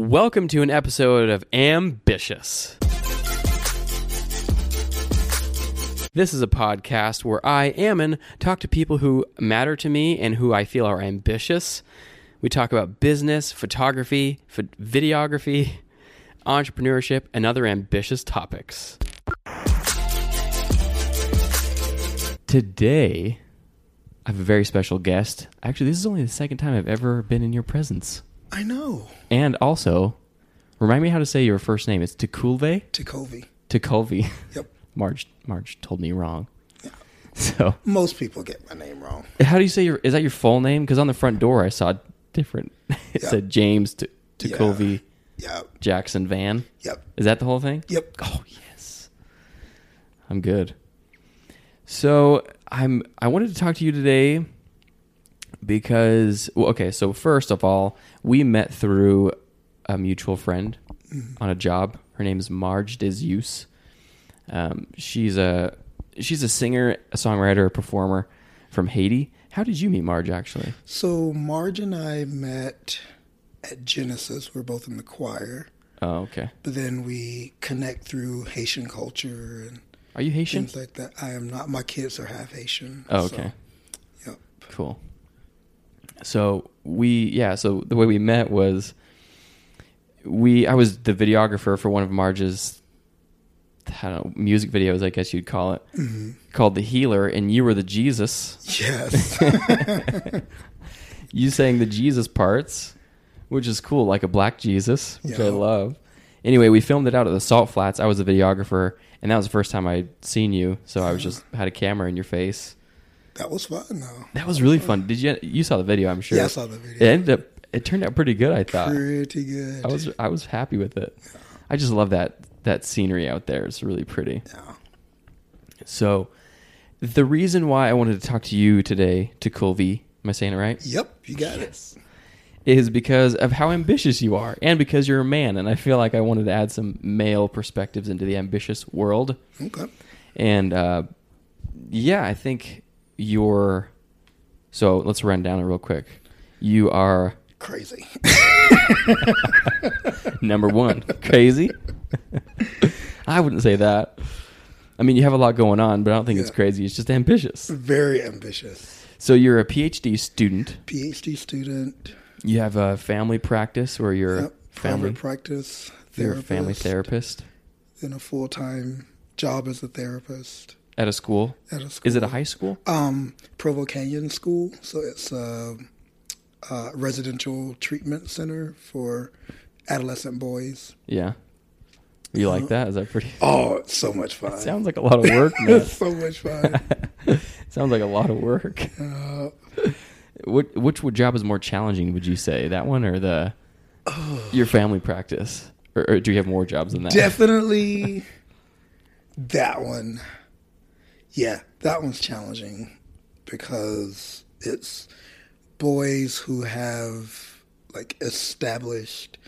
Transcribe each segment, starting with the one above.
Welcome to an episode of Ambitious. This is a podcast where I, Ammon, talk to people who matter to me and who I feel are ambitious. We talk about business, photography, ph- videography, entrepreneurship, and other ambitious topics. Today, I have a very special guest. Actually, this is only the second time I've ever been in your presence. I know. And also, remind me how to say your first name. It's Takulve? Takovi. Takulvi. Yep. Marge Marge told me wrong. So, Most people get my name wrong. how do you say your is that your full name? Cuz on the front door I saw different. It Yeah. said James T- Takulvi Yep. Jackson Van. Yep. Is that the whole thing? Yep. Oh, yes. I'm good. So, I'm I wanted to talk to you today because well, okay, so first of all, we met through a mutual friend on a job. Her name is Marge Disuse. Um, she's a she's a singer, a songwriter, a performer from Haiti. How did you meet Marge actually? So Marge and I met at Genesis. We're both in the choir, Oh, okay. but then we connect through Haitian culture and Are you Haitian? things like that. I am not. My kids are half Haitian. Oh, so- okay. yep. Cool. So we yeah, so the way we met was we I was the videographer for one of Marge's I don't know, music videos, I guess you'd call it. Mm-hmm. Called The Healer and you were the Jesus. Yes. You sang the Jesus parts, which is cool, like a black Jesus, which I Yeah. love. Anyway, we filmed it out at the Salt Flats. I was the videographer, and that was the first time I'd seen you, so I was just had a camera in your face. that was fun though. That was really fun. Did you you saw the video, I'm sure. Yeah, I saw the It video. ended up it turned out pretty good, I thought. Pretty good. I was I was happy with it. I just love that that scenery out there. It's really pretty. Yeah. So the reason why I wanted to talk to you today, to Colby, am I saying it right? Yep. You got Is because of how ambitious you are and because you're a man and I feel like I wanted to add some male perspectives into the ambitious world. it. Okay. And uh, yeah, I think you're so let's run down it real quick. You are Crazy. Number one, crazy. I wouldn't say that. I mean, you have a lot going on, but I don't think it's Yeah. crazy. It's just ambitious. Very ambitious. So you're a PhD student. PhD student. You have a family practice where you're Yep. family Private practice. you're a family therapist. therapist in a full time job as a therapist at a school. at a school. Is it a high school? Um, Provo Canyon School. So it's a, a residential treatment center for adolescent boys. Yeah. You like that? Is that pretty? Oh, it's so much fun. Sounds like a lot of work, man. it's so much fun. Sounds like a lot of work. Uh, What which would- job is more challenging? Would you say that one or the your family practice? Or, or do you have more jobs than that? definitely that one. Yeah, that one's challenging because it's boys who have like established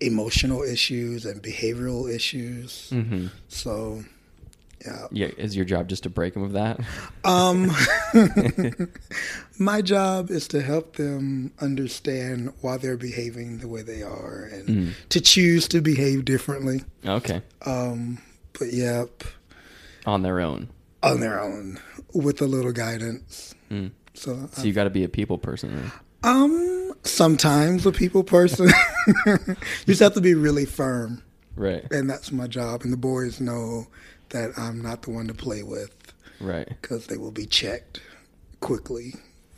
emotional issues and behavioral issues. hmm So, yeah. Yeah, is your job just to break them of that? Um my job is to help them understand why they're behaving the way they are and to choose to behave differently. Okay, Um but yep. on their own. on their own with a little guidance. Mm. So, uh, So you got to be a people person. Then. um, sometimes a people person, you just have to be really firm, Right, and that's my job. And the boys know that I'm not the one to play with right. because they will be checked quickly.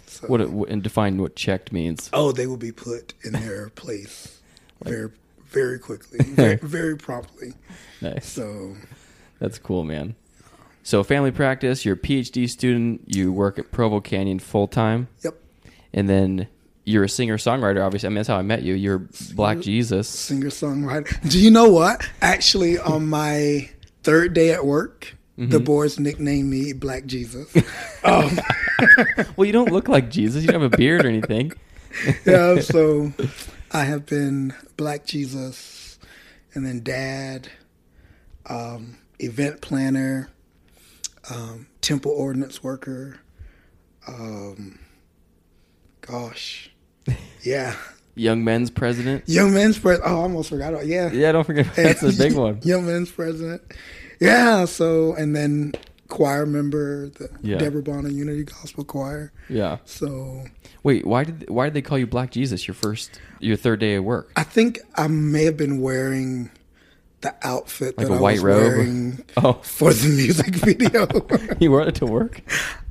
So, What it- what- and define what checked means. oh, they will be put in their place very, very quickly, very, very promptly. Nice, So, that's cool, man. So family practice. You're a PhD student. You work at Provo Canyon full time, yep, and then you're a singer songwriter. Obviously, I mean that's how I met you. You're Black Jesus. singer songwriter. Do you know what? Actually, on my third day at work, the boys nicknamed me Black Jesus. um, Well, you don't look like Jesus. You don't have a beard or anything. yeah, so I have been Black Jesus, and then Dad, um, event planner, um, temple ordinance worker. Um, gosh, yeah, Young Men's President. Young Men's President. Oh, I almost forgot. about- Yeah. Yeah, don't forget that's a big one. Young Men's President. Yeah. So, and then choir member, the Yeah. Deborah Bonner Unity Gospel Choir. Yeah. So Wait, why did why did they call you Black Jesus your first your third day at work? I think I may have been wearing the outfit Like that a I white was robe? wearing Oh, for the music video. you wore it to work?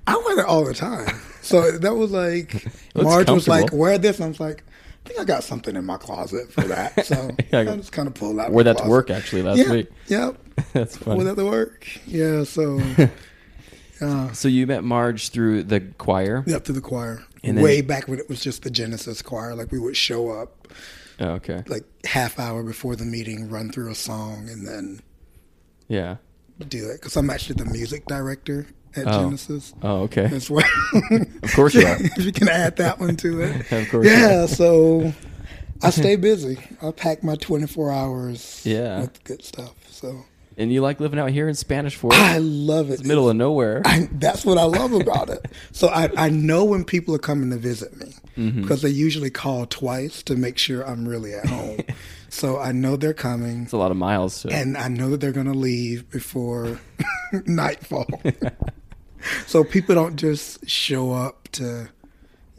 I wear it all the time. So that was like looks Marge was like, comfortable. "Wear this." And I was like, "I think I got something in my closet for that." So Yeah, I I go- just kind of pulled out. Wore my that to closet. work actually last yeah, week. Yep. That's Wore funny. that to work. Yeah. So. Yeah. So you met Marge through the choir. Up to the choir. And then- Way back when it was just the Genesis choir, like we would show up Oh, okay. like half hour before the meeting, run through a song, and then Yeah. do it. Because I'm actually the music director at Oh. Genesis. Oh, okay. as well. Of course you are. if you can add that one to it. Of course you Yeah, so I stay busy. I pack my 24 hours Yeah. with good stuff. So And you like living out here in Spanish Fork, I love it. middle of nowhere. I, that's what I love about it. So I, I know when people are coming to visit me Mm-hmm. because they usually call twice to make sure I'm really at home. so I know they're coming It's a lot of miles. To, and I know that they're going to leave before nightfall. so people don't just show up to,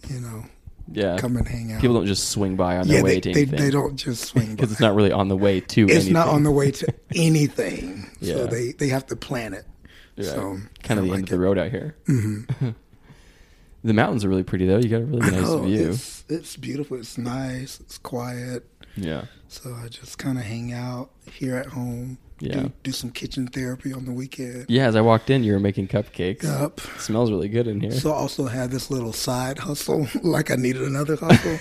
you know, yeah. come and hang out. People don't just swing by on yeah, their way they, to they, anything. they don't just swing by. because it's not really on the way to It's anything. not on the way to anything. Yeah. So they, they have to plan it. Yeah. So kind of the I end of like the it. Mm-hmm. road out here. the mountains are really pretty though. You got a really nice Oh, view. It's, it's beautiful. It's nice. It's quiet. Yeah. So I just kind of hang out here at home. Yeah. Do, do some kitchen therapy on the weekend. Yeah. As I walked in, you were making cupcakes. Up. It smells really good in here. So I also had this little side hustle, like I needed another hustle.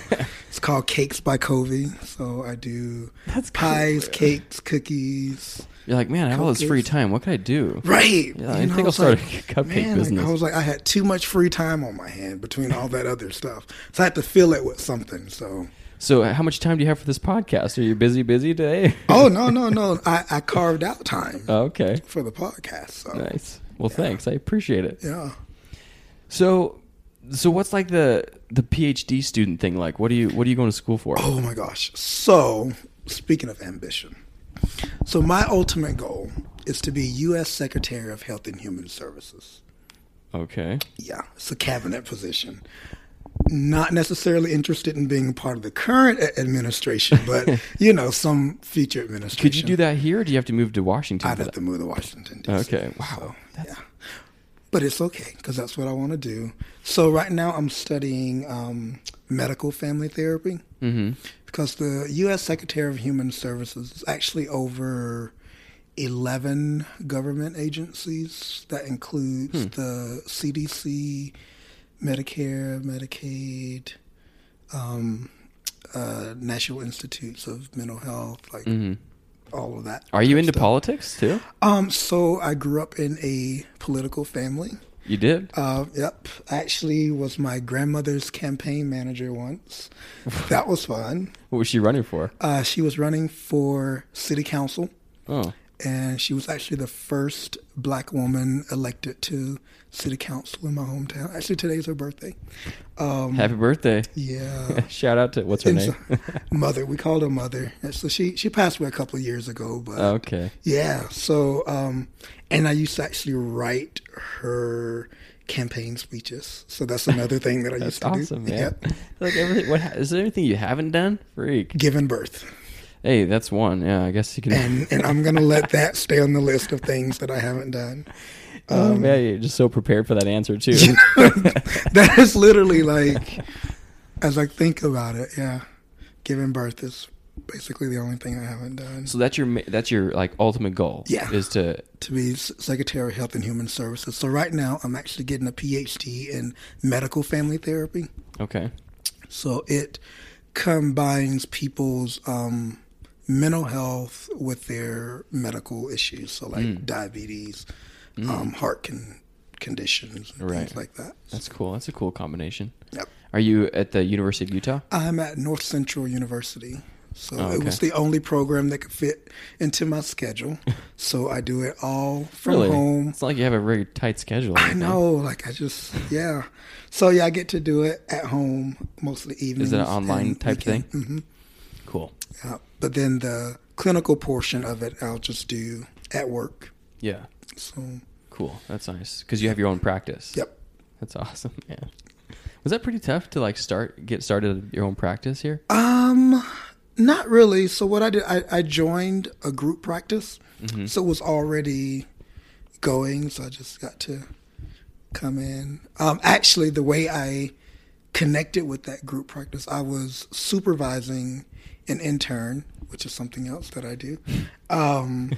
it's called Cakes by Covey. So I do That's cool, pies, yeah. cakes, cookies. You're like, man, I have all this free Cupcakes. time. What can I do? Right. Yeah, I You know, think I'll was start like, a cupcake man, like, business. I was like, I had too much free time on my hand between all that other stuff. So I had to fill it with something. So, So, uh, how much time do you have for this podcast? Are you busy, busy today? oh, no, no, no. I, I carved out time Oh, okay. for the podcast. So, Nice. Well, thanks. I appreciate it. yeah. So, so what's like the the PhD student thing like? What do you what are you going to school for? Oh my gosh. So, speaking of ambition, so my ultimate goal is to be U.S. Secretary of Health and Human Services. Okay. Yeah, it's a cabinet position. Not necessarily interested in being part of the current a- administration, but you know, some future administration. Could you do that here? or Do you have to move to Washington? I'd for have to move to Washington, D.C. Okay. Wow. So, yeah. But it's okay because that's what I want to do. So right now I'm studying um, medical family therapy Mm-hmm. because the U.S. Secretary of Human Services is actually over 11 government agencies. That includes the CDC, Medicare, Medicaid, um, uh, National Institutes of Mental Health, Hmm. like all of that. Mm-hmm. Are you into politics too? Um, so I grew up in a political family. You did. Uh, yep, actually was my grandmother's campaign manager once. that was fun. What was she running for? Uh, she was running for city council, Oh, and she was actually the first black woman elected to city council in my hometown. Actually, today's her birthday. Um, happy birthday! yeah. Shout out to what's her And name? so- mother, we called her mother. And so she she passed away a couple of years ago, but Okay. Yeah. So, um, and I used to actually write her campaign speeches. So that's another thing that I That's used to awesome, do. man. Yep. Like everything. What ha- is there anything you haven't done? Freak. Given birth. Hey, that's one. Yeah, I guess you can. And, and I'm going to let that stay on the list of things that I haven't done. Oh um, yeah, you're just so prepared for that answer too. that is literally like, as I think about it, yeah. Giving birth is basically the only thing I haven't done. so that's your ma- that's your like ultimate goal. Yeah. Is to to be S- Secretary of Health and Human Services. So right now, I'm actually getting a PhD in medical family therapy. okay. So it combines people's um, mental health with their medical issues, so like diabetes, um, heart con- conditions, and Right. things like that. That's cool. That's a cool combination. Yep. Are you at the University of Utah? I'm at North Central University, So Oh, it was okay. the only program that could fit into my schedule. so I do it all from really? home. It's not like you have a very tight schedule. or I anything. know, like I just yeah. So yeah, I get to do it at home most of the evenings. an online type thing? hmm Cool. Yeah. But then the clinical portion of it, I'll just do at work. Yeah. So Cool. That's nice because you have your own practice. yep. That's awesome. Yeah. Was that pretty tough to like start get started your own practice here? Um, not really. So what I did, I, I joined a group practice, Mm-hmm. so it was already going. So I just got to come in. Um, actually, the way I connected with that group practice, I was supervising an intern, which is something else that I do. Um,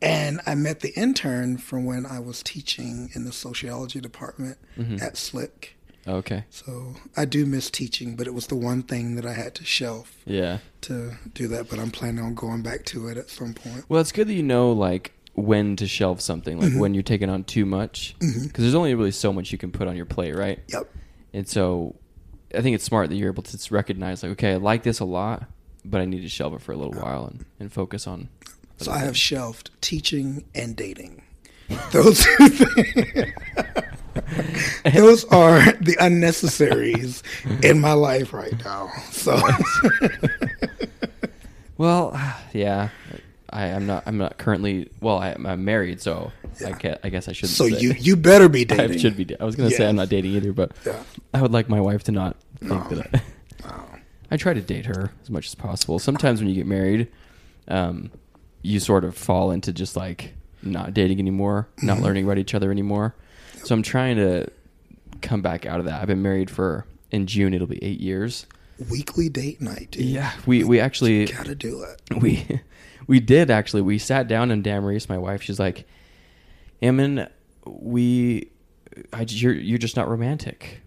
and I met the intern from when I was teaching in the sociology department Hmm. at Slick. Mm-hmm. Okay. So I do miss teaching, but it was the one thing that I had to shelf Yeah. to do that, but I'm planning on going back to it at some point. Well, it's good that you know like when to shelve something, Mm-hmm. like when you're taking on too much, because there's only really so much you can put on your plate, right? Yep. And so, I think it's smart that you're able to s- recognize like, okay, I like this a lot, but I need to shelve it for a little while and, and focus on. So I have shelved teaching and dating. Those two things. Those are the unnecessaries in my life right now. So Well, yeah, I, I'm not. I'm not currently. Well, I, I'm married, so I, ca- I guess I shouldn't. so say. you you better be I dating. should be. da- I was gonna say Yeah. I'm not dating either, but Yeah. I would like my wife to not think No. that. I, Wow. I try to date her as much as possible. Sometimes when you get married, um, you sort of fall into just like not dating anymore, not learning about each other anymore. So I'm trying to come back out of that. I've been married for in June it'll be eight years. Weekly date night, dude. we we actually Gotta do it. we we did actually we sat down and Damaris, my wife she's like ammon we I, you're you're just not romantic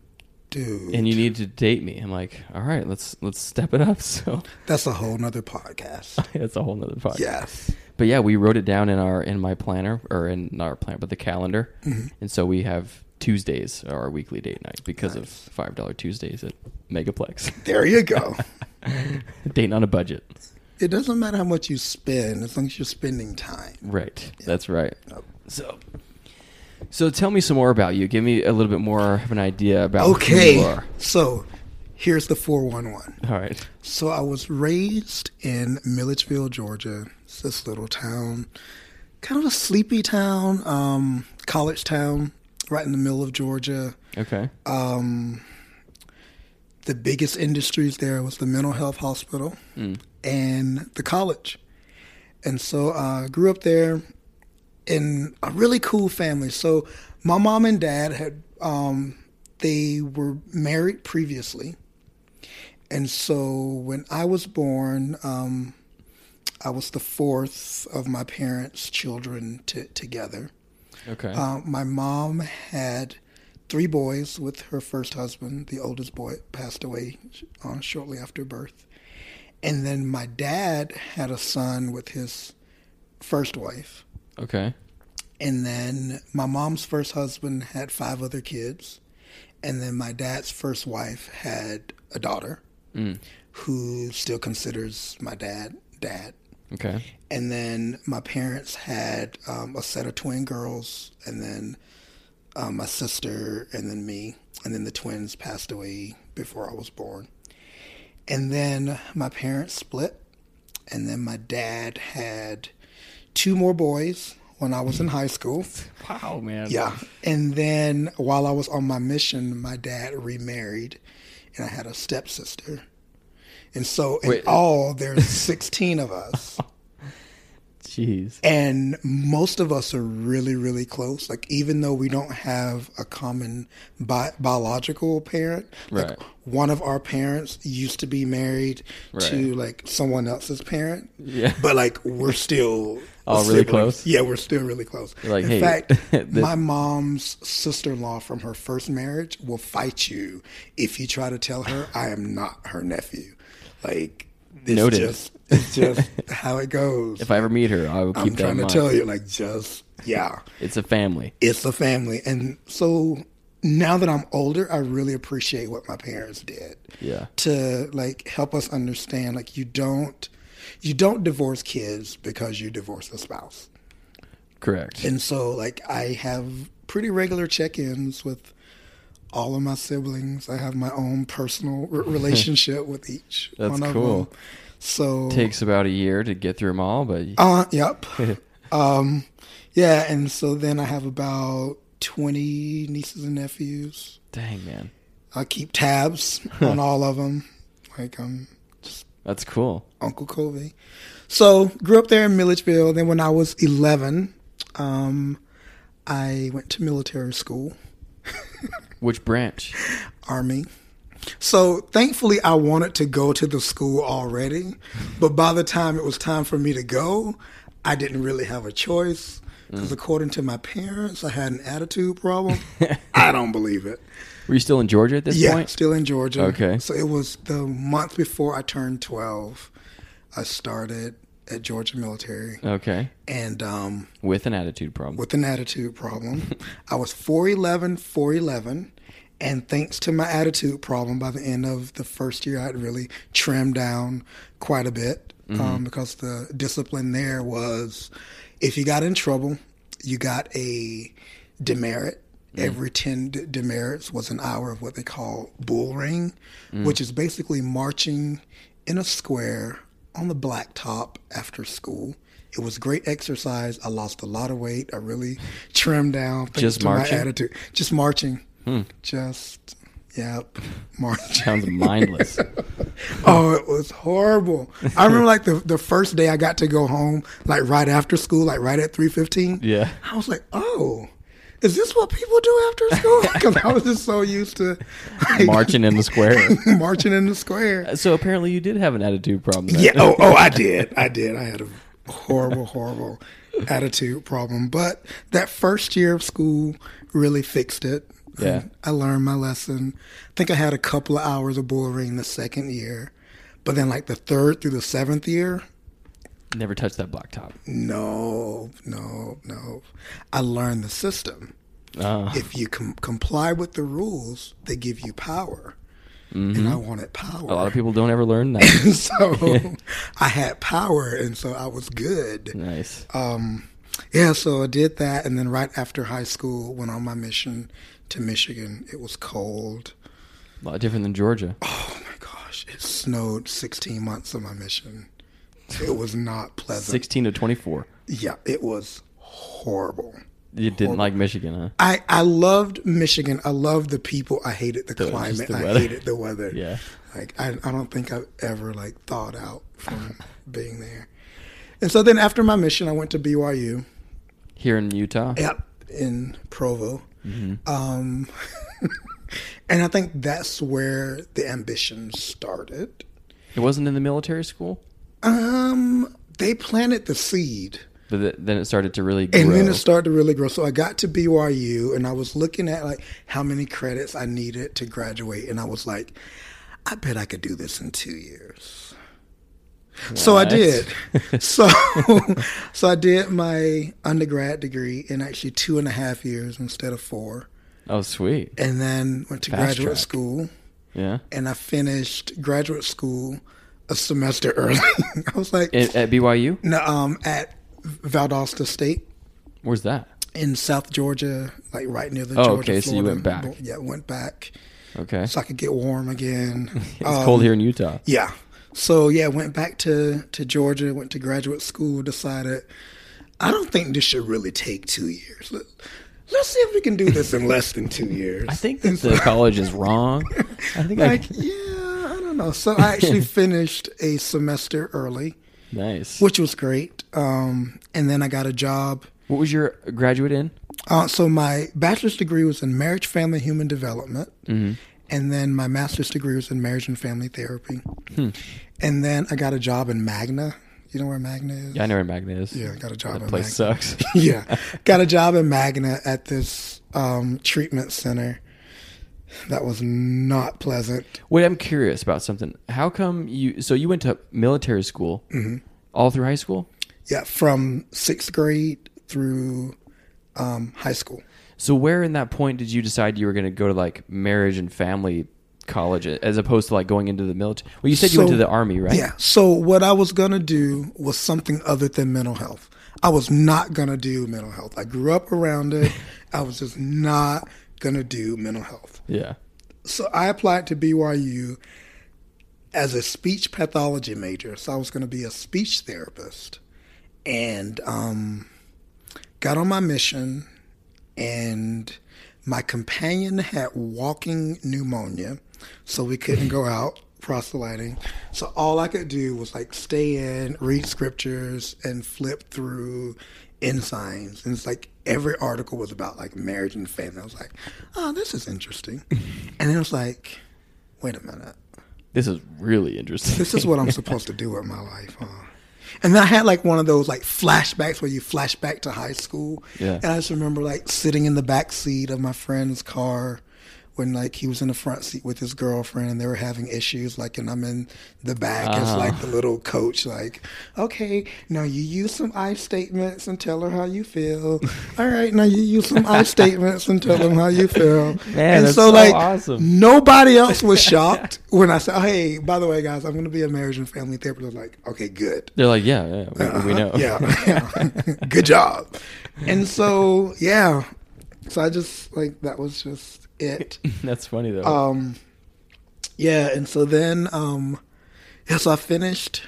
Dude. and you need to date me i'm like all right let's let's step it up so that's a whole nother podcast. that's a whole nother podcast yes. but yeah we wrote it down in our in my planner or in not our planner but the calendar Mm-hmm. and so we have tuesdays are our weekly date night because of five dollar tuesdays at megaplex There you go. dating on a budget It doesn't matter how much you spend as long as you're spending time. right that's right Yep. So, so tell me some more about you. Give me a little bit more of an idea about who you Okay. are. So here's the 411. All right. So I was raised in Milledgeville, Georgia. It's this little town, kind of a sleepy town, um, college town, right in the middle of Georgia. Okay. Um, the biggest industries there was the mental health hospital Mm. and the college. And so I grew up there in a really cool family. So my mom and dad had um, they were married previously, and so when I was born, um, I was the fourth of my parents' children to together. Okay. Uh, my mom had three boys with her first husband. The oldest boy passed away uh, shortly after birth. And then my dad had a son with his first wife. okay. And then my mom's first husband had five other kids. And then my dad's first wife had a daughter Mm. who still considers my dad dad. Okay. And then my parents had um, a set of twin girls, and then um, my sister, and then me. And then the twins passed away before I was born. And then my parents split, and then my dad had two more boys when I was in high school. Wow, man. Yeah. And then while I was on my mission, my dad remarried and I had a stepsister. And so in Wait. all, there's 16 of us. Jeez. And most of us are really, really close. Like, even though we don't have a common bi- biological parent, like Right. one of our parents used to be married to Right. like someone else's parent. Yeah. But like, we're still All really siblings. close? Yeah, we're still really close. You're like, In "Hey, fact, this- my mom's sister in law from her first marriage will fight you if you try to tell her I am not her nephew. Like, it's Noted. just, it's just how it goes. If I ever meet her, I will keep I'm that trying in to mind. tell you, like, just yeah, It's a family. it's a family, and so now that I'm older, I really appreciate what my parents did Yeah. to like help us understand. Like, you don't you don't divorce kids because you divorce a spouse. Correct. And so, like, I have pretty regular check ins with all of my siblings. I have my own personal r- relationship with each That's one of cool. them. So, Takes about a year to get through them all, but uh, yep. um, yeah. And so then I have about 20 nieces and nephews. dang man, I keep tabs on all of them. Like, I'm that's cool. Uncle Kobe. So grew up there in Milledgeville. Then when I was 11, um, I went to military school, Which branch? Army. So thankfully, I wanted to go to the school already, but by the time it was time for me to go, I didn't really have a choice Mm. because according to my parents, I had an attitude problem. I don't believe it. Were you still in Georgia at this yeah, point? still in Georgia. Okay. So it was the month before I turned 12. I started at Georgia Military. Okay, and um, with an attitude problem. with an attitude problem. I was 4'11, 4'11. And thanks to my attitude problem, by the end of the first year, I'd really trimmed down quite a bit um, because the discipline there was if you got in trouble, you got a demerit. Every 10 d- demerits was an hour of what they call bull ring, which is basically marching in a square on the blacktop after school. It was great exercise. I lost a lot of weight. I really trimmed down. thanks Just to my marching? Hmm. attitude. Just marching. Just, yep, marching. Sounds mindless. Oh, it was horrible. I remember like the, the first day I got to go home, like right after school, like right at three fifteen. Yeah. I was like, oh, is this what people do after school? Because I was just so used to like, Marching in the square. marching in the square. So apparently you did have an attitude problem. Then. Yeah. Oh, oh, I did. I did. I had a horrible, horrible attitude problem. But that first year of school really fixed it. Yeah. And I learned my lesson. I think I had a couple of hours of bullring the second year. But then, like the third through the seventh year, Never touched that blacktop. no, no, no. I learned the system. Uh, If you com- comply with the rules, they give you power. And I wanted power. Mm-hmm. a lot of people don't ever learn that. so I had power, and so I was good. nice. um, yeah, so I did that, and then right after high school, went on my mission to Michigan. It was cold. A lot different than Georgia. Oh my gosh, it snowed 16 months of my mission. It was not pleasant. Sixteen to twenty-four. Yeah, it was horrible. You didn't like Michigan, huh? I, I loved Michigan. I loved the people. I hated the, climate. the I weather. hated the weather. Yeah. Like I, I don't think I've ever like thawed out from being there. And so then after my mission, I went to BYU. Here in Utah. Yep, in Provo. Um, and I think that's where the ambition started. It wasn't in the military school, Um, they planted the seed. but th- then it started to really grow. And then it started to really grow. So I got to BYU and I was looking at like how many credits I needed to graduate. And I was like, I bet I could do this in two years. So I What? did. so so I did my undergrad degree in actually two and a half years instead of four. oh, sweet. and then went to Fast graduate track. school Yeah. and I finished graduate school a semester early. I was like At, at BYU, no, um at Valdosta State where's that? in South Georgia, like right near the Oh, Georgia okay, so you Florida. went back. bo- Yeah, went back Okay. so I could get warm again. It's Um, cold here in Utah. Yeah. So yeah, went back to to Georgia, went to graduate school, decided I don't think this should really take 2 years. Let, let's see if we can do this in less than 2 years. I think that the college is wrong. I think I, like yeah i don't know so i actually finished a semester early nice. which was great um, and then i got a job What was your graduate in? uh, so my bachelor's degree was in marriage family human development Mm-hmm. and then my master's degree was in marriage and family therapy Hmm. and then i got a job in magna you know where magna is Yeah, I know where Magna is. Yeah, I got a job That in place Magna. sucks. yeah got a job in magna at this um, treatment center that was not pleasant Wait, I'm curious about something. How come you? So you went to military school Mm-hmm. all through high school. Yeah, from sixth grade through um, high school. So where in that point did you decide you were going to go to like marriage and family college as opposed to like going into the military? Well, you said you So- went to the army, right? Yeah. So what I was gonna do was something other than mental health. I was not gonna do mental health. I grew up around it. I was just not gonna do mental health. Yeah. So I applied to BYU as a speech pathology major. So I was gonna be a speech therapist, and um, got on my mission, and my companion had walking pneumonia, so we couldn't go out proselyting. So all I could do was like stay in, read scriptures, and flip through ensigns. And it's like every article was about like marriage and family. I was like, oh, this is interesting. and then I was like, wait a minute This is really interesting. this is what I'm supposed to do with my life, huh? And then I had like one of those like flashbacks where you flash back to high school. Yeah. And I just remember like sitting in the back seat of my friend's car when like he was in the front seat with his girlfriend and they were having issues. Like, and I'm in the back as Ah. like the little coach, like, okay, now you use some I statements and tell her how you feel. All right, now you use some I statements and tell them how you feel. Man, and that's so awesome. Nobody else was shocked when I said, "Hey, by the way, guys, I'm going to be a marriage and family therapist." I was like, "Okay, good. They're like, yeah, yeah, we, we know. Uh-huh. Yeah, yeah. good job." And so, yeah, so I just like that was just it. That's funny though. Um, yeah, and so then, um, yeah, so I finished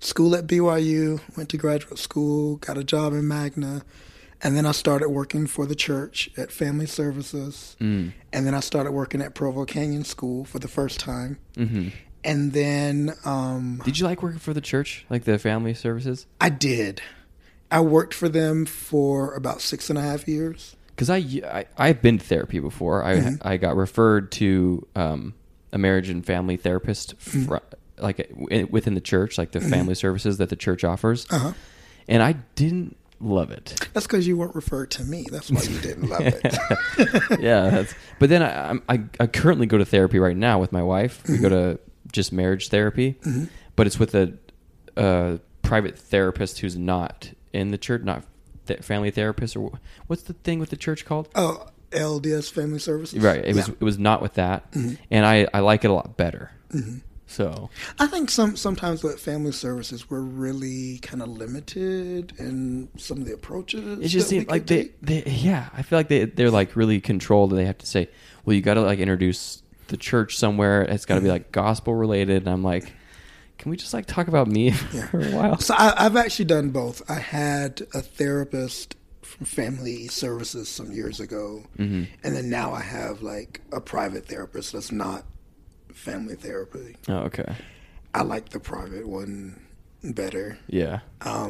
school at BYU, went to graduate school, got a job in Magna, and then I started working for the church at Family Services. mm. And then I started working at Provo Canyon School for the first time. hmm And then um, Did you like working for the church, like the family services? I did. I worked for them for about six and a half years. Because I, I I've been to therapy before. I Mhm. I got referred to um, a marriage and family therapist, fr- Mm-hmm. like w- within the church, like the family services that the church offers, Uh huh. and I didn't love it. That's because you weren't referred to me. That's why you didn't love it. yeah, that's, but then I, I'm- I I currently go to therapy right now with my wife. We go to just marriage therapy, but it's with a, a private therapist who's not in the church, not th- family therapist or wh- what's the thing with the church called? oh, LDS Family Services. Right. It was Yeah. Mm-hmm. it was not with that, and I I like it a lot better. So I think some sometimes with family services we're really kind of limited in some of the approaches. it just that we seems like could they, take. they yeah I feel like they they're like really controlled and they have to say well you got to like introduce the church somewhere it's got to be Mm-hmm. like gospel related and I'm like can we just like talk about me for a while So I, I've actually done both. I had a therapist from Family Services some years ago, Mm-hmm. and then now I have like a private therapist that's not family therapy. oh okay I like the private one better yeah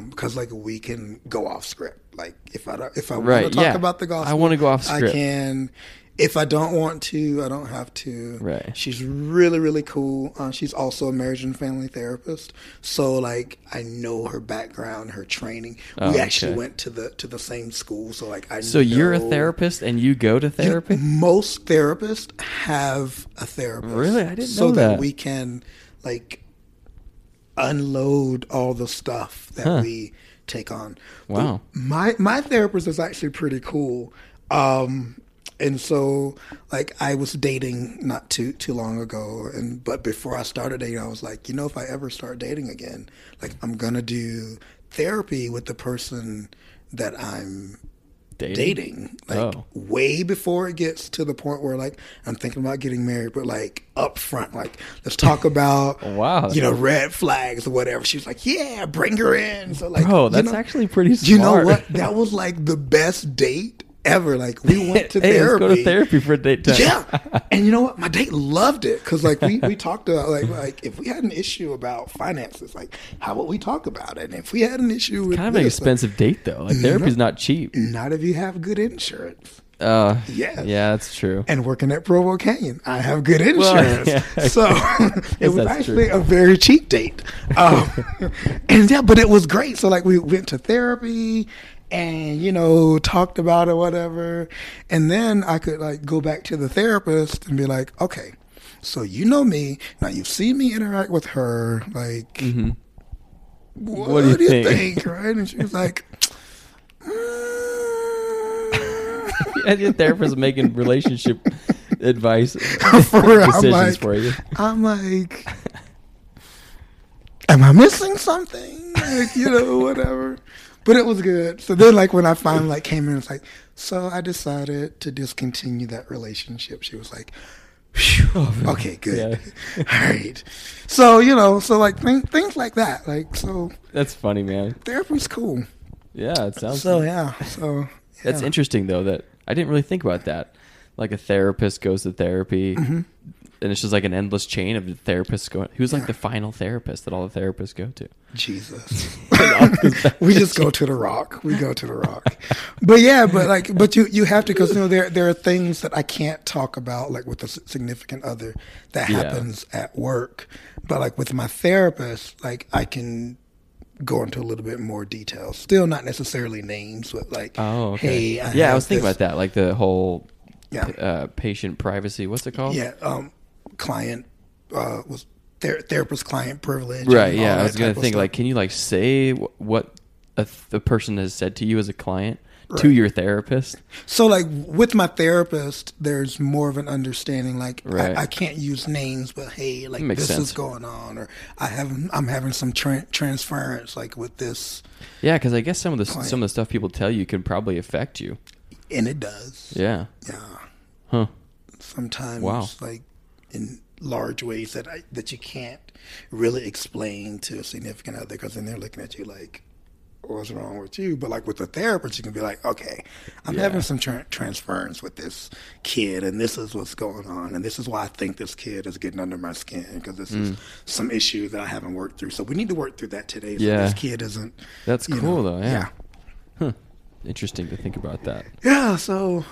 because like we can go off script. Like if I don't, if I Right, want to talk yeah. about the I gospel, wanna go off I script. can. If I don't want to, I don't have to. Right. She's really really cool. Uh, she's also a marriage and family therapist, so like I know her background, her training. Oh, we actually okay. went to the to the same school, so like I. so you're a know- therapist and you go to therapy Most therapists have a therapist. Really? I didn't so know that. that. we can like unload all the stuff that Huh. we take on. Wow. But my my therapist is actually pretty cool. Um and so like I was dating not too too long ago and but before I started dating I was like, you know if I ever start dating again, like I'm going to do therapy with the person that I'm dating like Oh. way before it gets to the point where like i'm thinking about getting married but like up front like let's talk about Wow. you know red flags or whatever she was like yeah bring her in so like Bro, you that's know- actually pretty smart. you know what that was like the best date ever like we went to hey, therapy let's go to therapy for date time. yeah, and you know what? My date loved it because like we, we talked about like like if we had an issue about finances, like how would we talk about it? And if we had an issue with Kind of an this, like, expensive date though. Mm-hmm. Like therapy's not cheap. not if you have good insurance. Uh, Yes. Yeah, that's true. and working at Provo Canyon. I have good Well, insurance. yeah. So it was that's actually true. a very cheap date. Um, and yeah, but it was great. So like we went to therapy and you know talked about it whatever and then i could like go back to the therapist and be like okay so you know me now you've seen me interact with her like what, Mm-hmm. What do you think? right and she was like mm, and your therapist making relationship advice For real, I'm decisions like- for you. I'm like, am I missing something? Like, you know, whatever. But it was good. So then, like, when I finally like came in, it's like, so I decided to discontinue that relationship. She was like, phew, okay, good, all right. So you know, so like th- things like that. Like, so That's funny, man. therapy's cool. Yeah, it sounds. so yeah, so That's yeah. interesting though. That I didn't really think about that. Like a therapist goes to therapy, and it's just like an endless chain of therapists going. Who's like the final therapist that all the therapists go to? Jesus. Off his back. we just go to the rock. We go to the rock. but yeah, but like, but you you have to because you know there there are things that I can't talk about like with a s- significant other that Yeah. happens at work. But like with my therapist, like I can go into a little bit more detail. Still not necessarily names, but like, Oh, okay. hey, I yeah, I have was thinking this- about that. Like the whole Yeah. uh, patient privacy. What's it called? Yeah, um, client uh, was ther- therapist client privilege. and Right. all Yeah. I that was gonna type of think stuff. like, can you like say wh- what a th- the person has said to you as a client to your therapist? So, like with my therapist, there's more of an understanding. Like, Right. I, I can't use names, but hey, like Makes this sense. is going on, or I have I'm having some tra- transference, like with this, Yeah, because I guess some of the s some of the stuff people tell you can probably affect you. and it does. Yeah. Yeah, Huh. sometimes Wow. like in large ways that I that you can't really explain to a significant other because then they're looking at you like. What's wrong with you? But like with a therapist, you can be like, okay, I'm Yeah. having some tra- transference with this kid, and this is what's going on, and this is why I think this kid is getting under my skin because this Mm. is some issue that I haven't worked through. So we need to work through that today. So Yeah. this kid isn't. That's you cool know, though. Yeah. Huh. Interesting to think about that. yeah, yeah. So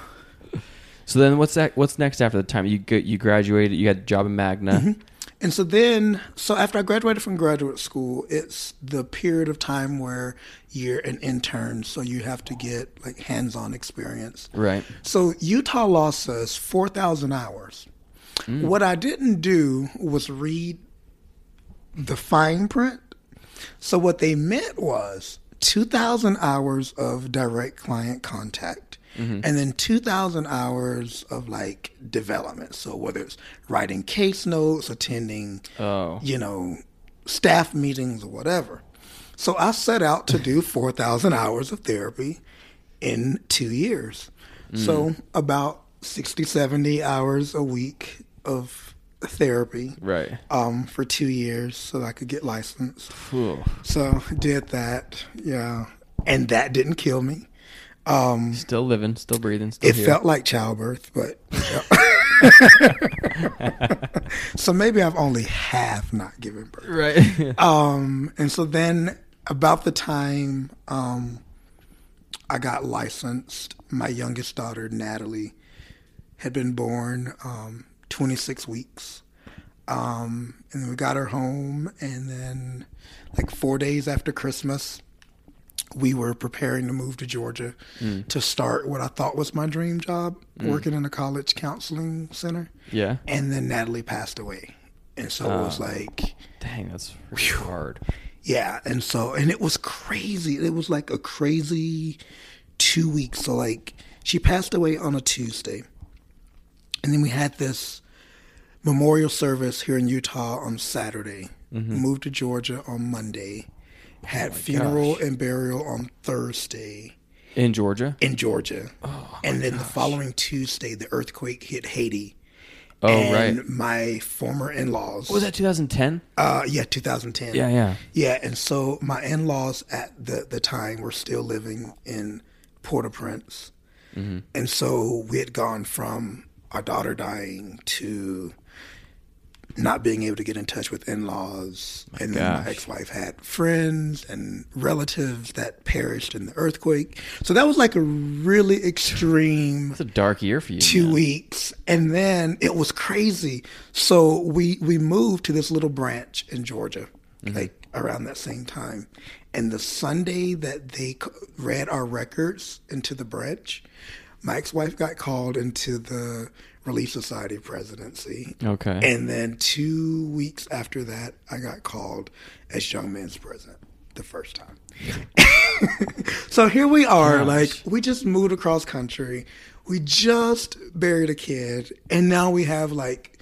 So then, what's that? What's next after the time you go- you graduated? You got a job in Magna. And so then, so after I graduated from graduate school, it's the period of time where you're an intern, so you have to get like hands on experience. Right. So Utah law says 4,000 hours. What I didn't do was read the fine print. So what they meant was 2,000 hours of direct client contact. And then 2,000 hours of like development. So, whether it's writing case notes, attending Oh. you know, staff meetings or whatever. So I set out to do 4,000 hours of therapy in two years. So about 60, 70 hours a week of therapy Right. um, for two years so I could get licensed. Cool. So did that, yeah. And that didn't kill me. Um, Still living. Still breathing. Still It here. felt like childbirth, but. so maybe I've only half not given birth. right. Um, and so then about the time um, I got licensed, my youngest daughter, Natalie, had been born um, 26 weeks. Um, and then we got her home. And then, like, four days after Christmas, we were preparing to move to Georgia to start what I thought was my dream job working in a college counseling center. yeah. And then Natalie passed away. And so it was like, Dang, that's really hard. yeah, and so and it was crazy. It was like a crazy two weeks. So like she passed away on a Tuesday, and then we had this memorial service here in Utah on Saturday. Mm-hmm. Moved to Georgia on Monday. Oh Had funeral and burial on Thursday In Georgia. in Georgia, and then the following Tuesday the earthquake hit Haiti. Oh and right. my former in-laws. Was that 2010? Uh, yeah, 2010. Yeah. Yeah. Yeah, and so my in laws at the, the time were still living in Port au Prince. And so we had gone from our daughter dying to not being able to get in touch with in laws. And then gosh. my ex wife had friends and relatives that perished in the earthquake. So that was like a really extreme It's a dark year for you. two man. weeks and then it was crazy so we we moved to this little branch in georgia like around that same time and the sunday that they c- read our records into the branch my ex-wife got called into the relief society presidency Okay. and then two weeks after that i got called as young men's president the first time so here we are. Gosh. Like we just moved across country. We just buried a kid, and now we have like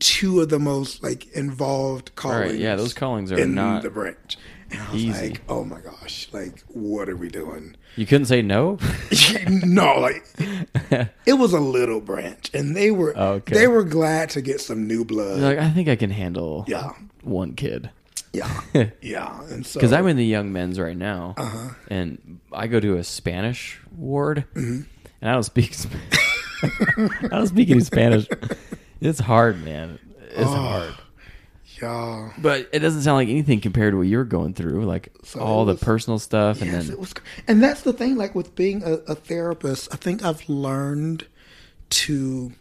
two of the most like involved All callings. right, yeah, those callings are in not. the branch. And I was easy. like, oh my gosh, like what are we doing? You couldn't say no. no, like it was a little branch, and they were Okay. they were glad to get some new blood. You're like I think I can handle yeah, one kid yeah, yeah. And so Uh-huh. because I'm in the young men's right now, and I go to a Spanish ward, Mm-hmm. and I don't speak. Sp- I don't speak any Spanish. It's hard, man. It's Oh. hard. yeah. But it doesn't sound like anything compared to what you're going through, like So all it the was- personal stuff, and Yes, then it was, cr- and that's the thing. Like with being a, a therapist, I think I've learned to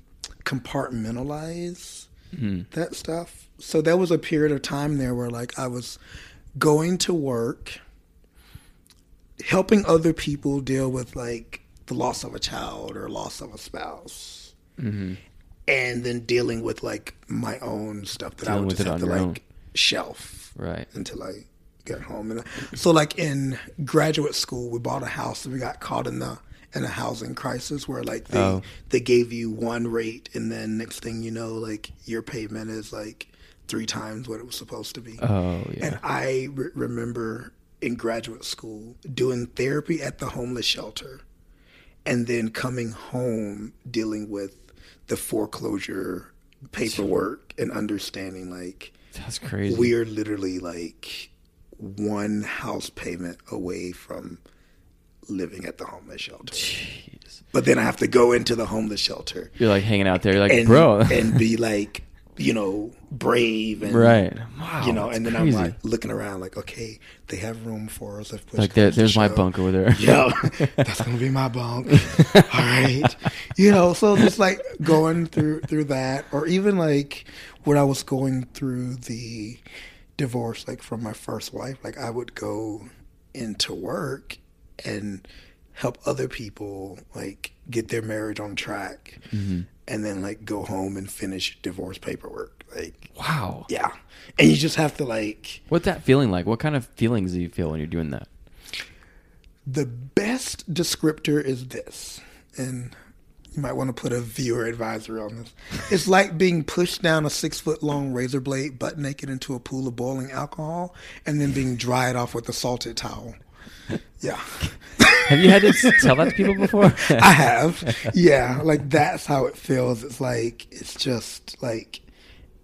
compartmentalize Hmm. that stuff. So there was a period of time there where, like, I was going to work, helping other people deal with like the loss of a child or loss of a spouse, Mm-hmm. and then dealing with like my own stuff that I Dealing would with just it have to on like your own. shelf right. until I got home. And so, like in graduate school, we bought a house and we got caught in the in a housing crisis where like they Oh. they gave you one rate and then next thing you know, like your payment is like three times what it was supposed to be. Oh yeah. And I re- remember in graduate school doing therapy at the homeless shelter and then coming home dealing with the foreclosure paperwork and understanding like That's crazy. we are literally like one house payment away from living at the homeless shelter. Jeez. But then I have to go into the homeless shelter You're like hanging out there, you're like, and bro. and be like, you know, brave and right. Wow. You know, that's and then crazy. I'm like looking around, like, okay, they have room for us. If push Like, there, comes to there's my shove. bunk over there. Yeah, that's gonna be my bunk. All right, you know, so just like going through through that, or even like when I was going through the divorce, like from my first wife, like I would go into work and help other people like get their marriage on track, and then like go home and finish divorce paperwork. Like, Wow. yeah, and you just have to like. What's that feeling like? What kind of feelings do you feel when you're doing that? The best descriptor is this, and you might want to put a viewer advisory on this. It's like being pushed down a six foot long razor blade butt naked into a pool of boiling alcohol and then being dried off with a salted towel. Yeah. Have you had to s- tell that to people before? I have. Yeah. Like that's how it feels. It's like, it's just like,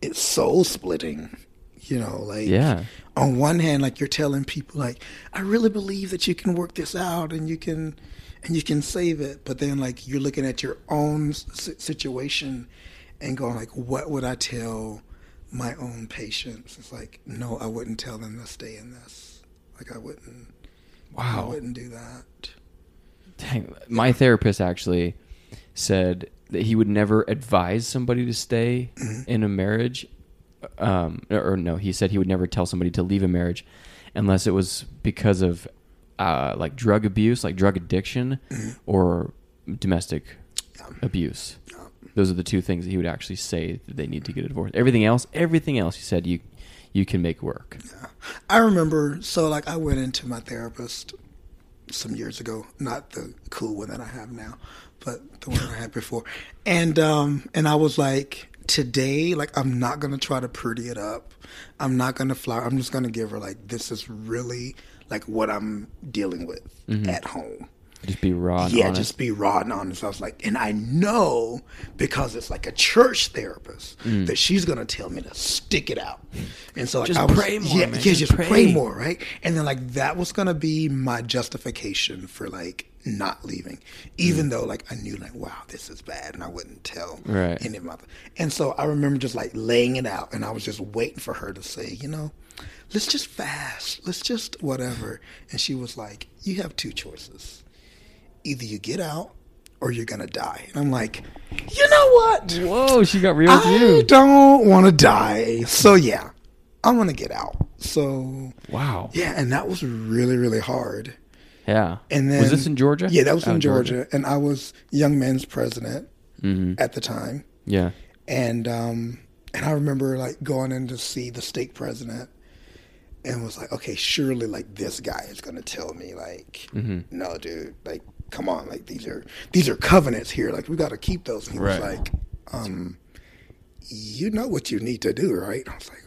it's soul splitting, you know, like Yeah. on one hand, like you're telling people like, I really believe that you can work this out and you can, and you can save it. But then like you're looking at your own s- si- situation and going like, what would I tell my own patients? It's like, no, I wouldn't tell them to stay in this. Like I wouldn't, I Wow. wouldn't do that. Dang. My therapist actually said that he would never advise somebody to stay Mm-hmm. in a marriage. Um, or no, he said he would never tell somebody to leave a marriage unless it was because of uh, like drug abuse, like drug addiction, Mm-hmm. or domestic abuse. Those are the two things that he would actually say that they need to get a divorce. Everything else, everything else, he said you you can make work. I remember, so like I went into my therapist some years ago, not the cool one that I have now, but the one I had before. And um and I was like, today, like I'm not gonna try to pretty it up. I'm not gonna flower. I'm just gonna give her like this is really like what I'm dealing with at home. Just be raw. And yeah, honest. just be raw and honest. I was like, and I know because it's like a church therapist that she's gonna tell me to stick it out. And so like Mm. Just I was, pray more, yeah, man. yeah, Just just, pray. pray. more, right? And then like that was gonna be my justification for like not leaving, Mm. even though like I knew like wow this is bad and I wouldn't tell Right. any of my. And so I remember just like laying it out, and I was just waiting for her to say, you know. Let's just fast. Let's just whatever. And she was like, You have two choices either you get out or you're gonna die. And I'm like, you know what? Whoa, she got real with I you. don't want to die. So yeah, I'm gonna get out. So Wow. yeah, and that was really really hard. Yeah. And then was this in Georgia? Mm-hmm. Yeah, that was Out in of Georgia, and I was Young Men's president at the time, Yeah. and um, and I remember like going in to see the state president, and was like, okay, surely like this guy is gonna tell me like, no, dude, like come on, like these are these are covenants here, like we got to keep those. And he was Right. like, um, you know what you need to do, right? I was like,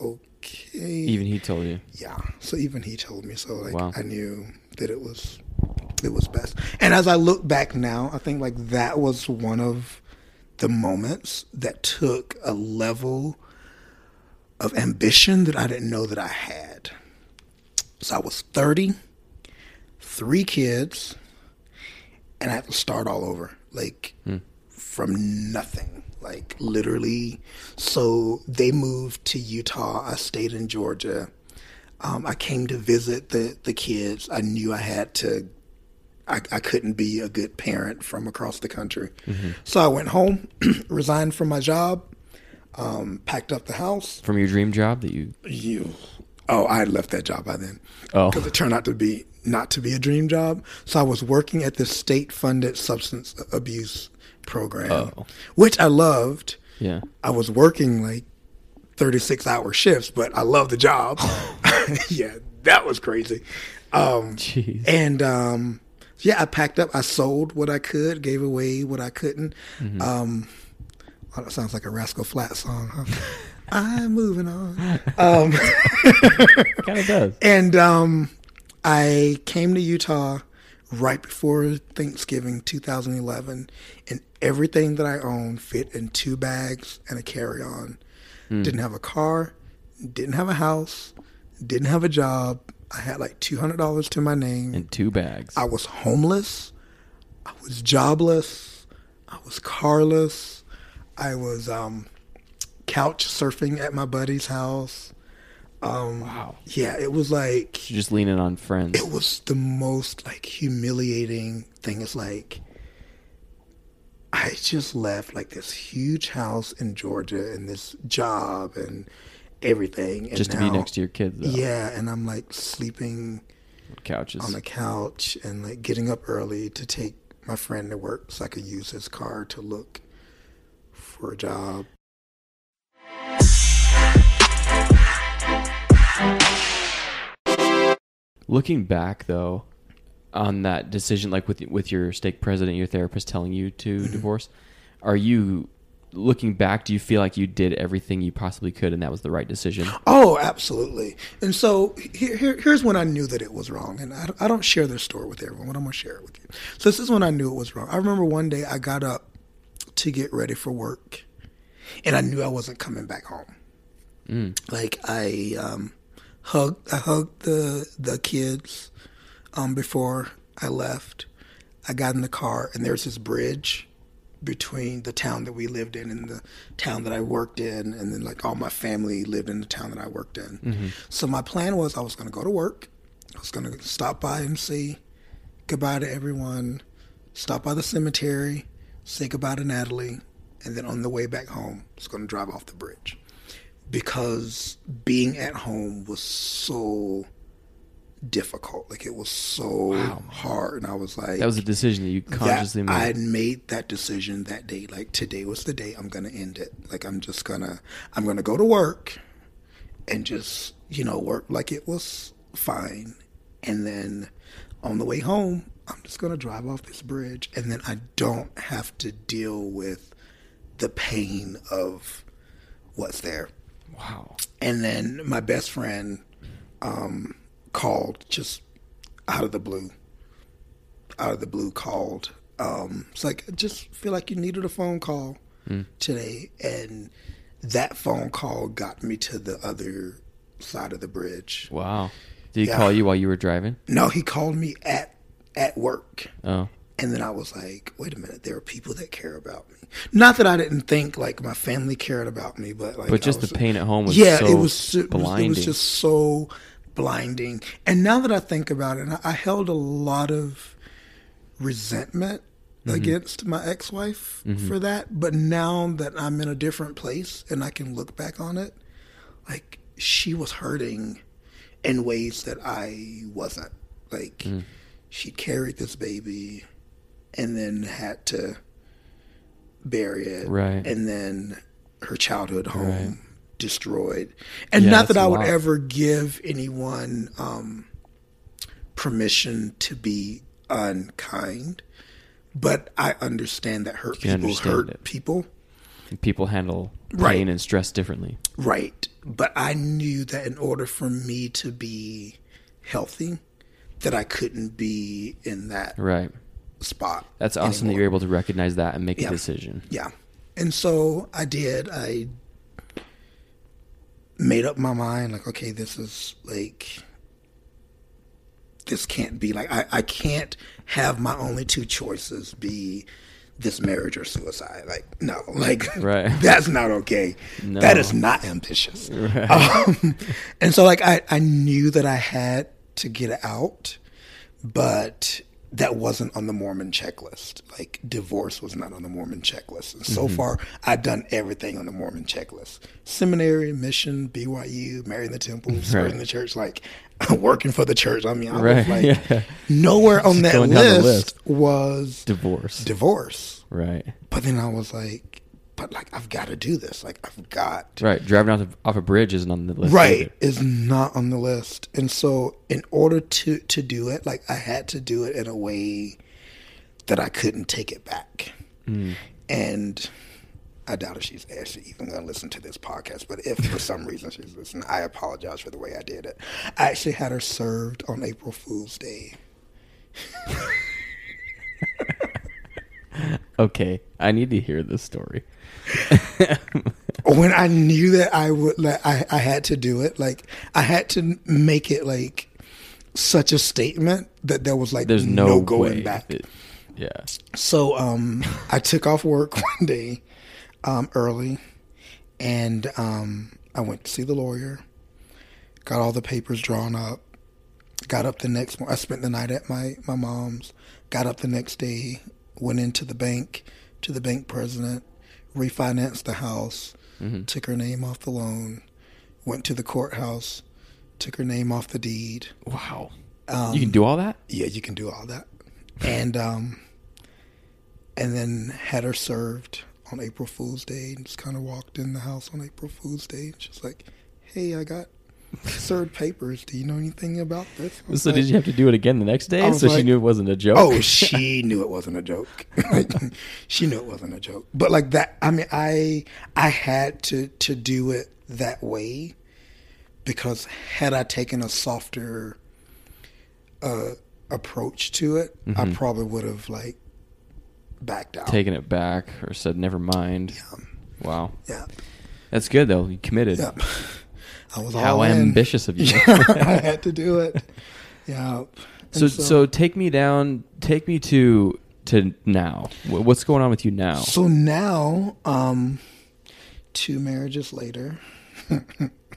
okay, Even he told you. yeah. So even he told me, so like Wow. I knew that it was it was best. And as I look back now, I think like that was one of the moments that took a level of ambition that I didn't know that I had. So I was 30, three kids, and I had to start all over, like from nothing, like literally. So they moved to Utah. I stayed in Georgia. Um, I came to visit the the kids. I knew I had to. I, I couldn't be a good parent from across the country, so I went home, resigned from my job, um, packed up the house, From your dream job that you. you oh i had left that job by then Oh. because it turned out to be not to be a dream job so i was working at this state funded substance abuse program Oh. which i loved Yeah. i was working like 36 hour shifts but i loved the job yeah that was crazy um Jeez. and um, yeah, I packed up. I sold what I could, gave away what I couldn't. Um, oh, that sounds like a Rascal Flat song. Huh? I'm moving on. Um, kind of does. and um, I came to Utah right before Thanksgiving 2011, and everything that I owned fit in two bags and a carry on. Didn't have a car, didn't have a house, didn't have a job. I had like $200 to my name. In two bags. I was homeless. I was jobless. I was carless. I was um, couch surfing at my buddy's house. Um, wow. Yeah, it was like You're just leaning on friends. it was the most like humiliating thing. It's like I just left like this huge house in Georgia and this job and everything. And Just to be now- next to your kids, though. Yeah, and I'm like sleeping Couches. on the couch and like getting up early to take my friend to work so I could use his car to look for a job. Looking back, though, on that decision, like with with your stake president, your therapist telling you to Mm-hmm. divorce, are you looking back? Do you feel like you did everything you possibly could, and that was the right decision? Oh, absolutely. And so here, here, here's when I knew that it was wrong. And I, I don't share this story with everyone, but I'm going to share it with you. So this is when I knew it was wrong. I remember one day I got up to get ready for work and I knew I wasn't coming back home. Like I um, hugged, I hugged the, the kids um, before I left. I got in the car and there's this bridge between the town that we lived in and the town that I worked in, and then like all my family lived in the town that I worked in. So my plan was I was going to go to work, I was going to stop by and say goodbye to everyone, stop by the cemetery, say goodbye to Natalie, and then on the way back home, I was going to drive off the bridge because being at home was so difficult like it was so hard and i was like That was a decision that you consciously that I made. had made that decision that day. Like today was the day I'm gonna end it. Like I'm just gonna I'm gonna go to work and just, you know, work like it was fine. And then on the way home, I'm just gonna drive off this bridge and then I don't have to deal with the pain of what's there. wow. And then my best friend um, called just out of the blue. Out of the blue called. Um, it's like, I just feel like you needed a phone call Hmm. today. And that phone call got me to the other side of the bridge. Wow. Did he Yeah. call you while you were driving? No, he called me at at work. Oh. And then I was like, wait a minute, there are people that care about me. Not that I didn't think like my family cared about me, but like But I just the was- pain at home was yeah, so it was it was, it blinding. was just so blinding. And now that I think about it, and I, I held a lot of resentment Mm-hmm. against my ex-wife for that. But now that I'm in a different place and I can look back on it, like she was hurting in ways that I wasn't. Like Mm-hmm. she carried this baby and then had to bury it, Right. And then her childhood home, destroyed. And Yeah, not that that's a I would lot. ever give anyone um, permission to be unkind, but I understand that hurt can people understand hurt it. people. And people handle pain Right. and stress differently. Right. But I knew that in order for me to be healthy, that I couldn't be in that Right. spot. That's awesome that anymore. you're able to recognize that and make Yeah. a decision. Yeah. And so I did. I made up my mind like, okay, this is like, this can't be like, I, I can't have my only two choices be this marriage or suicide. Like, no, like, Right. that's not okay. No. That is not ambitious. Um, and so, like, I, I knew that I had to get out, but that wasn't on the Mormon checklist. Like, divorce was not on the Mormon checklist. And Mm-hmm. so far, I'd done everything on the Mormon checklist seminary, mission, BYU, marrying the temple, serving Right. the church, like, working for the church. I mean, I Right, was like, yeah. nowhere on that going down the list, list. was Divorce. divorce. right. But then I was like, but like, I've got to do this. Like, I've got Right. Driving off, of, off a bridge isn't on the list. right either. is not on the list and so in order to to do it like i had to do it in a way that i couldn't take it back Mm. and i doubt if she's actually even going to listen to this podcast but if for some reason she's listening i apologize for the way i did it i actually had her served on april fool's day Okay. I need to hear this story. when I knew that I would, like, I, I had to do it. Like, I had to make it like such a statement that there was like There's no, going way back. it- yeah. So um, I took off work one day um, early, and um, I went to see the lawyer. Got all the papers drawn up. Got up the next morning. I spent the night at my my mom's. Got up the next day. Went into the bank to the bank president. Refinanced the house. Took her name off the loan. Went to the courthouse. Took her name off the deed um, Wow. you can do all that? yeah, you can do all that. And um and then had her served on April Fool's Day and just kind of walked in the house on April Fool's Day and she's like, "Hey, I got served papers. Do you know anything about this?" Um, I was So like, did you have to do it again the next I day? was So she like- knew it wasn't a joke. Oh, she knew it wasn't a joke. Like, she knew it wasn't a joke. But like that, I mean, I I had to to do it that way because had I taken a softer uh, approach to it, Mm-hmm. I probably would have like backed out. Taking it back or said never mind. Um, Wow. yeah, That's good though. You committed. yeah. I was How all in. ambitious of you. I had to do it. Yeah. So, And so take me down. Take me to to now. Wh- What's going on with you now? so now, um, two marriages later.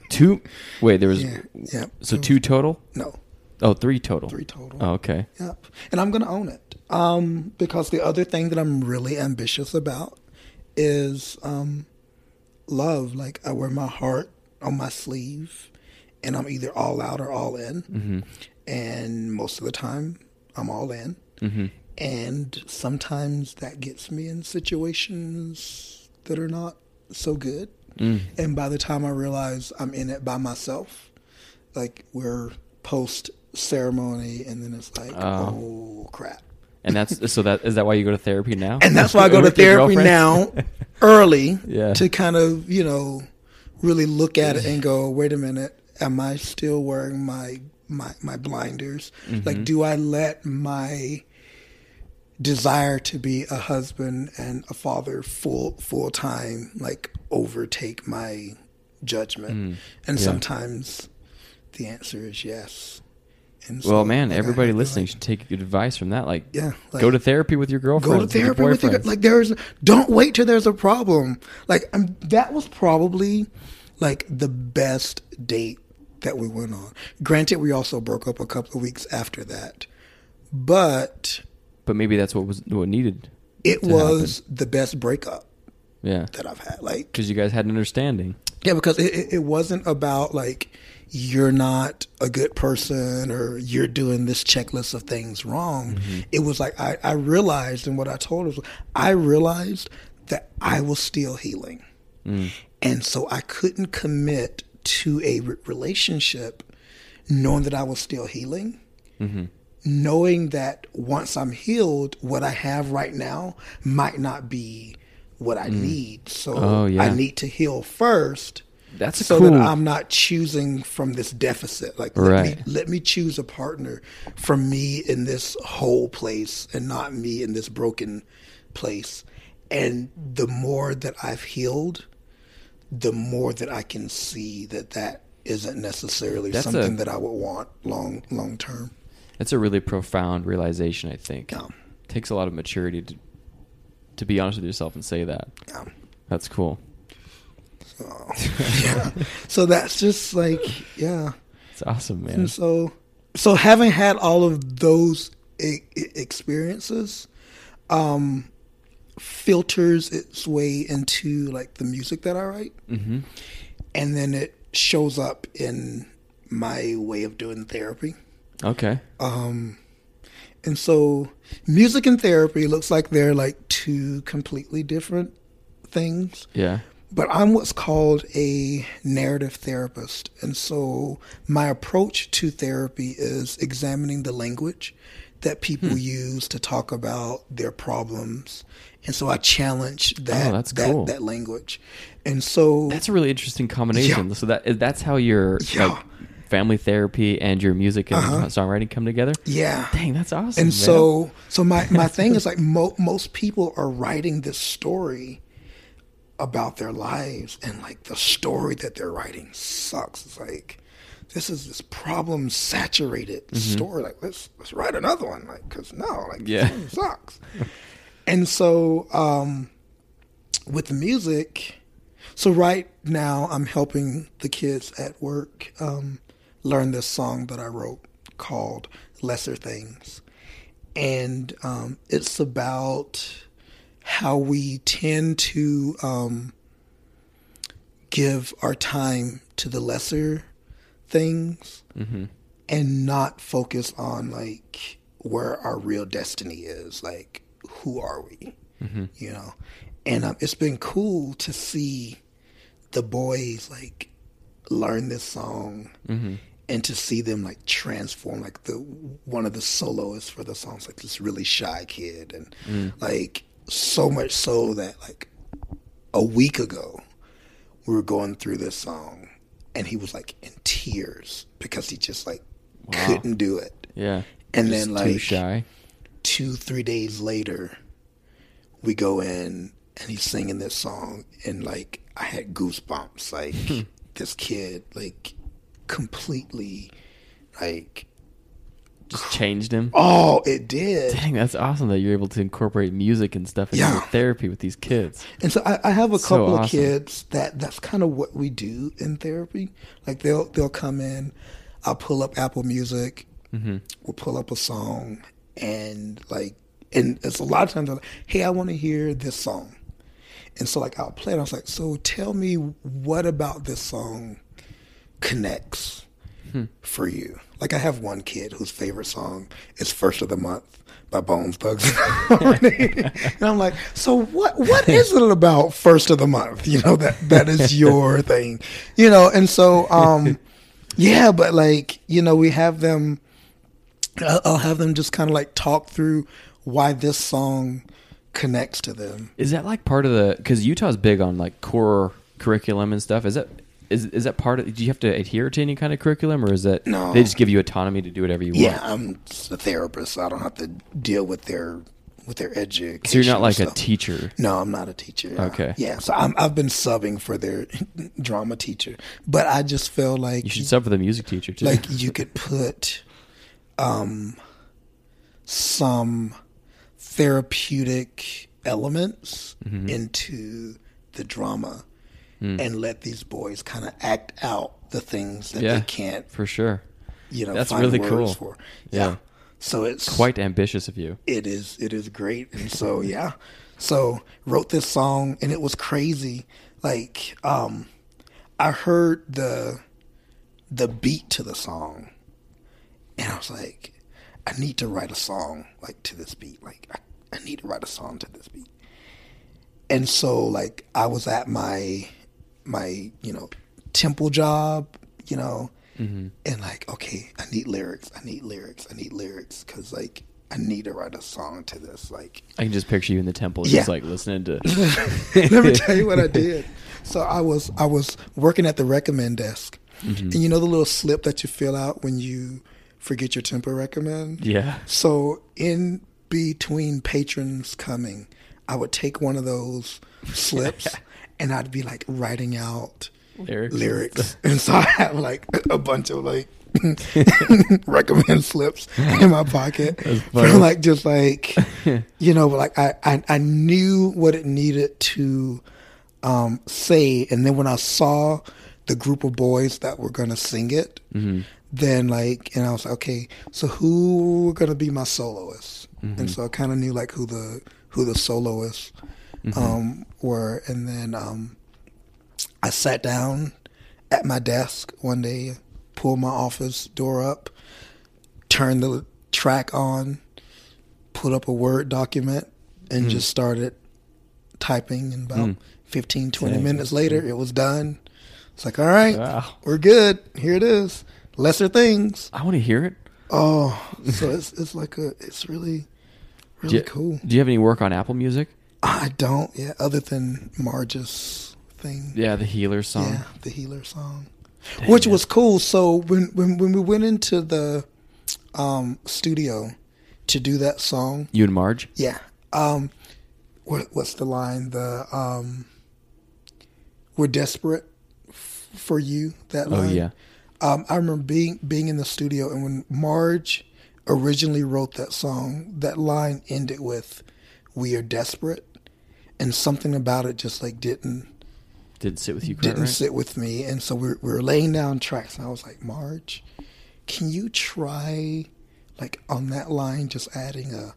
Two. Wait, there was Yeah. Yep. so two total. No, Oh, three total. three total. Oh, okay. Yep. And I'm going to own it. Um, because the other thing that I'm really ambitious about is um, love. Like, I wear my heart on my sleeve, and I'm either all out or all in. Mm-hmm. And most of the time, I'm all in. Mm-hmm. And sometimes that gets me in situations that are not so good. Mm. And by the time I realize I'm in it by myself, like we're post ceremony, and then it's like, oh crap. And that's so that is that why you go to therapy now? And that's why I go to With your therapy girlfriend? now early Yeah. to kind of, you know, really look at it and go, wait a minute, am I still wearing my my, my blinders? Mm-hmm. Like do I let my desire to be a husband and a father full full time like overtake my judgment? Mm. And sometimes the answer is yes. And so, Well, man, like, I everybody have to, listening like, should take advice from that. Like, Yeah, like- go to therapy with your girlfriend. go to therapy your with your, boyfriend. like there's don't wait till there's a problem like um, that was probably like the best date that we went on granted we also broke up a couple of weeks after that but but maybe that's what was what needed. it To was the best breakup Yeah, that i've had like because you guys had an understanding. yeah because it, it, it wasn't about like you're not a good person or you're doing this checklist of things wrong Mm-hmm. it was like I, I realized and what i told her was i realized that i was still healing And so I couldn't commit to a re- relationship knowing that I was still healing, Mm-hmm. knowing that once I'm healed, what I have right now might not be what I need. So Mm. Oh, yeah. I need to heal first That's a so cool. that I'm not choosing from this deficit. Like let me Right. let me choose a partner from me in this whole place and not me in this broken place. And the more that I've healed, the more that I can see that that isn't necessarily That's something a- that I would want long long term. That's a really profound realization. I think Um, takes a lot of maturity to to be honest with yourself and say that. um, That's cool. so, yeah. so that's just like yeah. It's awesome, man. And so, so having had all of those e- e- experiences, um, filters its way into like the music that I write, hmm and then it shows up in my way of doing therapy. Okay. Um, and so, music and therapy looks like they're like two completely different things Yeah. but I'm what's called a narrative therapist. And so my approach to therapy is examining the language that people Hmm. use to talk about their problems. And so I challenge that Oh, that's that, cool. that language. And so That's a really interesting combination. Yeah. So that that's how your Yeah. like family therapy and your music and songwriting come together. yeah. Dang, that's awesome. And man. so so my, my thing is like mo- most people are writing this story about their lives and like the story that they're writing sucks. It's like this is this problem saturated Mm-hmm. story. Like let's let's write another one. Like because no, like Yeah. this one sucks. and so um, with music, so right now I'm helping the kids at work um, learn this song that I wrote called "Lesser Things," and um, it's about how we tend to um, give our time to the lesser things and not focus on like where our real destiny is like who are we you know and um, it's been cool to see the boys like learn this song and to see them like transform like the one of the soloists for the songs like this really shy kid and Mm. like so much so that like a week ago we were going through this song and he was like in tears because he just like Wow. couldn't do it yeah, and Just then, too like- shy. two, three days later, we go in and he's singing this song, and like I had goosebumps. Like this kid, like completely, like Just changed him. oh, it did. Dang, that's awesome that you're able to incorporate music and stuff into Yeah. your therapy with these kids. And so I, I have a couple of awesome. kids that that's kind of what we do in therapy. Like they'll they'll come in, I'll pull up Apple Music, we'll pull up a song, and like and it's a lot of times they're like, hey, I want to hear this song, and so like I'll play it. I was like, so tell me what about this song connects for you. Like I have one kid whose favorite song is First of the Month by Bones Thugs. and I'm like, so what what is it about First of the Month? You know, that that is your thing. You know, and so um yeah, but like, you know, we have them I'll I'll have them just kind of like talk through why this song connects to them. Is that like part of the? Because Utah's big on like core curriculum and stuff. Is that is is that part of? Do you have to adhere to any kind of curriculum, or is that No. they just give you autonomy to do whatever you Yeah, want? I'm just a therapist. So I don't have to deal with their with their education. So you're not like a stuff. teacher. No, I'm not a teacher. yeah. Okay. Yeah, so I'm, I've been subbing for their drama teacher, but I just feel like You should sub for the music teacher too. Mm. like you could put um some therapeutic elements Mm-hmm. into the drama Hmm. and let these boys kind of act out the things that Yeah. they can't, for sure. you know, That's find really words cool. for. Yeah. So it's Quite ambitious of you. it is it is great and so yeah so wrote this song and it was crazy like um i heard the the beat to the song and i was like i need to write a song like to this beat like i, I need to write a song to this beat and so like i was at my my you know temple job, you know, hmm and like okay, I need lyrics, I need lyrics, I need lyrics because like I need to write a song to this. Like I can just picture you in the temple, Yeah. just like listening to. let me tell you what I did. So I was I was working at the recommend desk, and you know the little slip that you fill out when you forget your tempo recommend. Yeah. So in between patrons coming, I would take one of those slips and I'd be like writing out Lyrics. lyrics. And so I have like a bunch of like recommend slips in my pocket. That's funny. For like just like you know, like I, I, I knew what it needed to um, say and then when I saw the group of boys that were gonna sing it, Mm-hmm. then like and I was like, Okay, so who gonna be my soloists? Mm-hmm. And so I kinda knew like who the who the soloists Mm-hmm. um, were and then um, I sat down at my desk one day, pulled my office door up, turned the track on, put up a Word document, and just started typing. And about Mm. fifteen twenty 15, 20 Dang. minutes later, it was done. It's like, all right, Wow. we're good. Here it is. Lesser things. I want to hear it. Oh, so it's, it's like a, it's really, Do really you, cool. Do you have any work on Apple Music? I don't, yeah, other than Marge's thing. Yeah, the Healer song. Yeah, the healer song, which was cool. So when, when when we went into the um, studio to do that song, You and Marge. yeah, um, what, what's the line? The um, we're desperate f- for you. That Oh line. yeah. Um, I remember being being in the studio, and when Marge originally wrote that song, that line ended with "We are desperate," and something about it just like didn't Did sit with you. Kurt, didn't right? sit with me, and so we were, we were laying down tracks, and I was like, Marge, can you try, like on that line, just adding a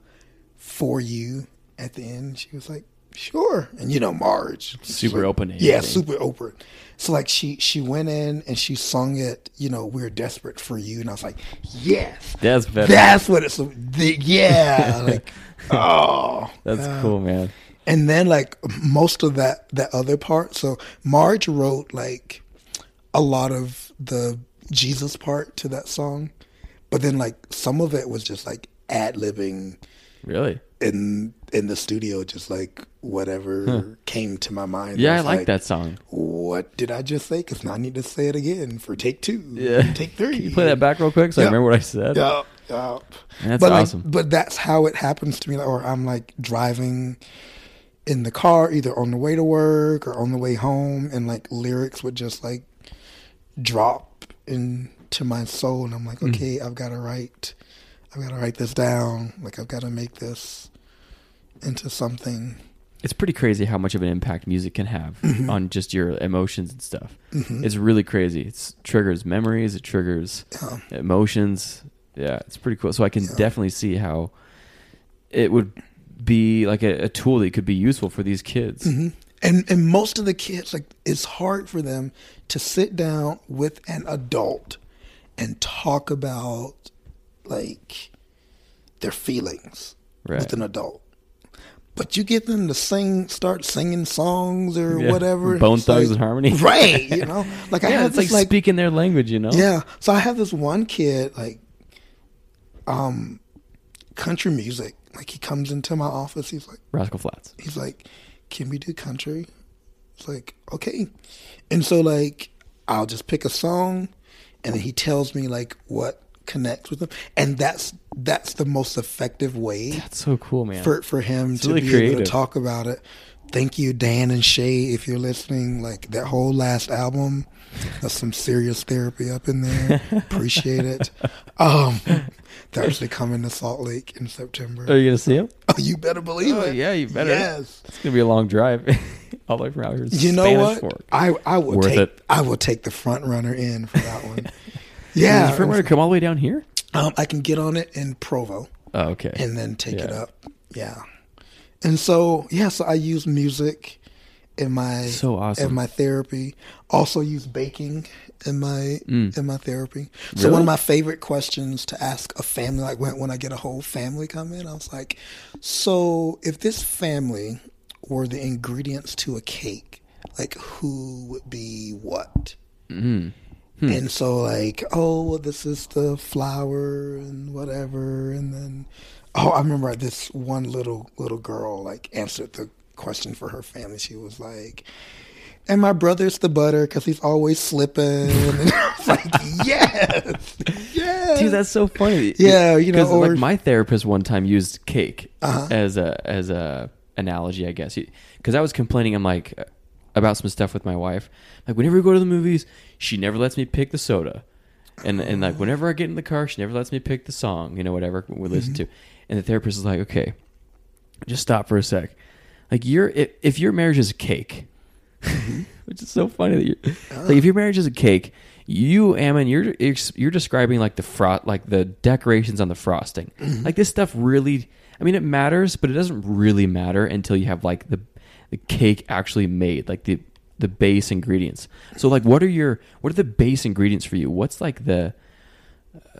"for you" at the end? She was like, sure, and you know, Marge, she's Super like- open to yeah, anything. super open. So like she she went in and she sung it, you know, we're desperate for you, and I was like, yes, That's better. that's what it's the, yeah, like oh, That's uh, cool, man. and then like most of that that other part so marge wrote like a lot of the jesus part to that song but then like some of it was just like ad-libbing Really. in in the studio just like whatever came to my mind Yeah, I was like that song. what did i just say because now i need to say it again for take two Yeah. yeah take three Can you play that back real quick so I Yeah. remember what I said? Yup, yup. That's but like, awesome. but that's how it happens to me. Like, or I'm like driving in the car, either on the way to work or on the way home, and like lyrics would just like drop into my soul, and I'm like, Mm. okay, I've got to write, I've got to write this down. Like I've got to make this into something. It's pretty crazy how much of an impact music can have Mm-hmm. on just your emotions and stuff. It's really crazy. It triggers memories. It triggers Um, emotions. Yeah, it's pretty cool. So I can definitely see how it would be like a, a tool that could be useful for these kids. Mm-hmm. and and most of the kids like it's hard for them to sit down with an adult and talk about like their feelings Right. with an adult but you get them to sing start singing songs or Yeah. whatever Bone it's Thugs like- and Harmony. right you know like i Yeah, have it's like, this like speaking their language. You know. yeah. So I have this one kid like um country music. Like he comes into my office, he's like Rascal Flats. he's like, Can we do country? It's like, okay. And so like I'll just pick a song and then he tells me like what connects with him. And that's that's the most effective way That's so cool, man. for for him to really be able creative. to talk about it. Thank you, Dan and Shay, if you're listening. Like that whole last album, that's some serious therapy up in there. Appreciate it. Um, they're actually coming to Salt Lake in September. Are you gonna see him? Oh, you better believe Uh, Oh, it. yeah, you better. Yes. It's gonna be a long drive all the way from out here. to You know Spanish what? Fork. I I will Worth take it. I will take the front runner in for that one. Does yeah, the front runner come all the way down here? um, I can get on it in Provo. Oh, okay. and then take it Yeah. up. Yeah. And so yeah, so I use music in my So awesome. in my therapy. Also use baking in my in my therapy. Mm. So Really? one of my favorite questions to ask a family, like when when I get a whole family come in, I was like, so if this family were the ingredients to a cake, like who would be what. Mm. And so like, oh, well, this is the flower and whatever, and then oh, I remember this one little little girl like answered the question for her family. She was like. And my brother's the butter because he's always slipping. And I was like, yes, yes. Dude, that's so funny. Yeah, you know, 'Cause, like or- Uh-huh. my therapist one time used cake as a as a analogy, I guess. Because I was complaining, I'm like uh, about some stuff with my wife. Like whenever we go to the movies, she never lets me pick the soda, and and like whenever I get in the car, she never lets me pick the song. You know, whatever we listen Mm-hmm. to. And the therapist is like, okay, just stop for a sec. Like your if, if your marriage is a cake, which is so funny that you are like if your marriage is a cake, you Ammon, you're ex- you're describing like the frost, like the decorations on the frosting. Like this stuff really, I mean, it matters, but it doesn't really matter until you have like the the cake actually made, like the the base ingredients. So like, what are your what are the base ingredients for you? What's like the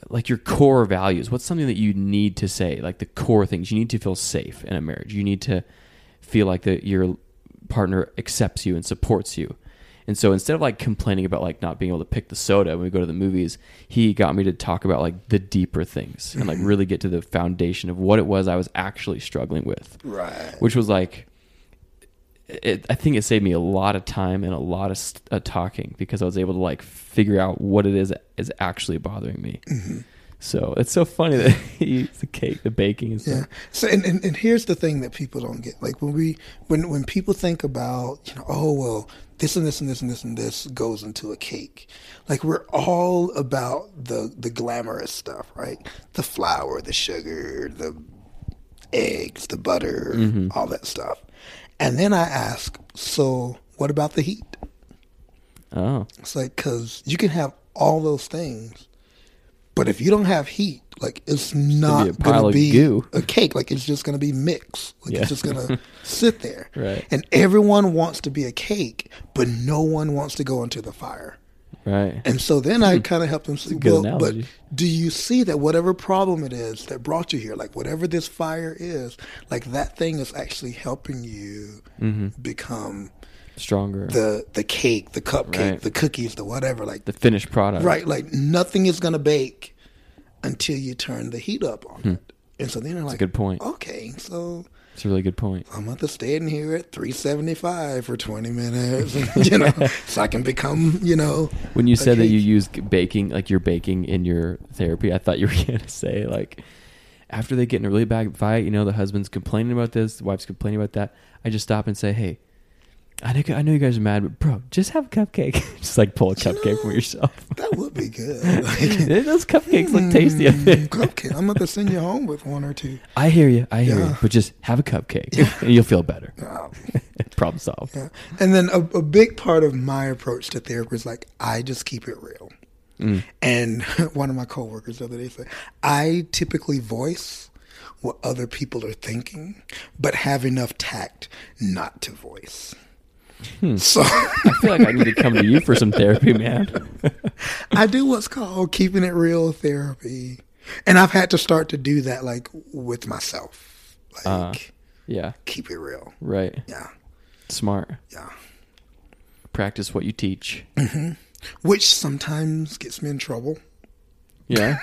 like your core values what's something that you need to say like the core things you need to feel safe in a marriage you need to feel like that your partner accepts you and supports you and so instead of like complaining about like not being able to pick the soda when we go to the movies he got me to talk about like the deeper things and like really get to the foundation of what it was i was actually struggling with Right. which was like it, i think it saved me a lot of time and a lot of st- uh, talking because i was able to like figure out what it is that is actually bothering me so it's so funny that he eats the cake the baking and Yeah. stuff So and, and, and here's the thing that people don't get. Like when we when when people think about, you know, oh well, this and this and this and this and this goes into a cake. Like we're all about the the glamorous stuff, right? The flour, the sugar, the eggs, the butter, all that stuff. And then I ask, so what about the heat? oh It's like because you can have all those things, but if you don't have heat, like it's not be a pile gonna of be goo. a cake. Like it's just gonna be mixed. Like Yeah. it's just gonna sit there. Right. And everyone wants to be a cake, but no one wants to go into the fire. right And so then I kind of help them see, Hmm. Good well, analogy. but do you see that whatever problem it is that brought you here, like whatever this fire is, like that thing is actually helping you Mm-hmm. become stronger the, the the cake, the cupcake, Right. the cookies, the whatever. Like finished product Right, like nothing is gonna bake until you turn the heat up on it. And so then they're like, Hmm. good point. Okay, so it's a really good point I'm gonna stay in here at 375 for 20 minutes, you know, so I can become, you know, when you a said that cake. you used baking like you're baking in your therapy i thought you were going to say like after they get in a really bad fight you know the husband's complaining about this the wife's complaining about that i just stop and say hey i know, I know you guys are mad but bro just have a cupcake just like pull a cupcake from yourself that would be good. Like, those cupcakes look tasty I mm, think. cupcake. I'm gonna send you home with one or two. i hear you i hear you Yeah. but just have a cupcake and you'll feel better Um, problem solved yeah. And then a, a big part of my approach to therapy is like I just keep it real. Mm. And one of my coworkers the other day said, I typically voice what other people are thinking, but have enough tact not to voice. Hmm. So i feel like i need to come to you for some therapy man I do what's called keeping it real therapy. And I've had to start to do that like with myself. Like Uh-huh. yeah keep it real. right Yeah. smart Yeah. practice what you teach Which sometimes gets me in trouble. Yeah.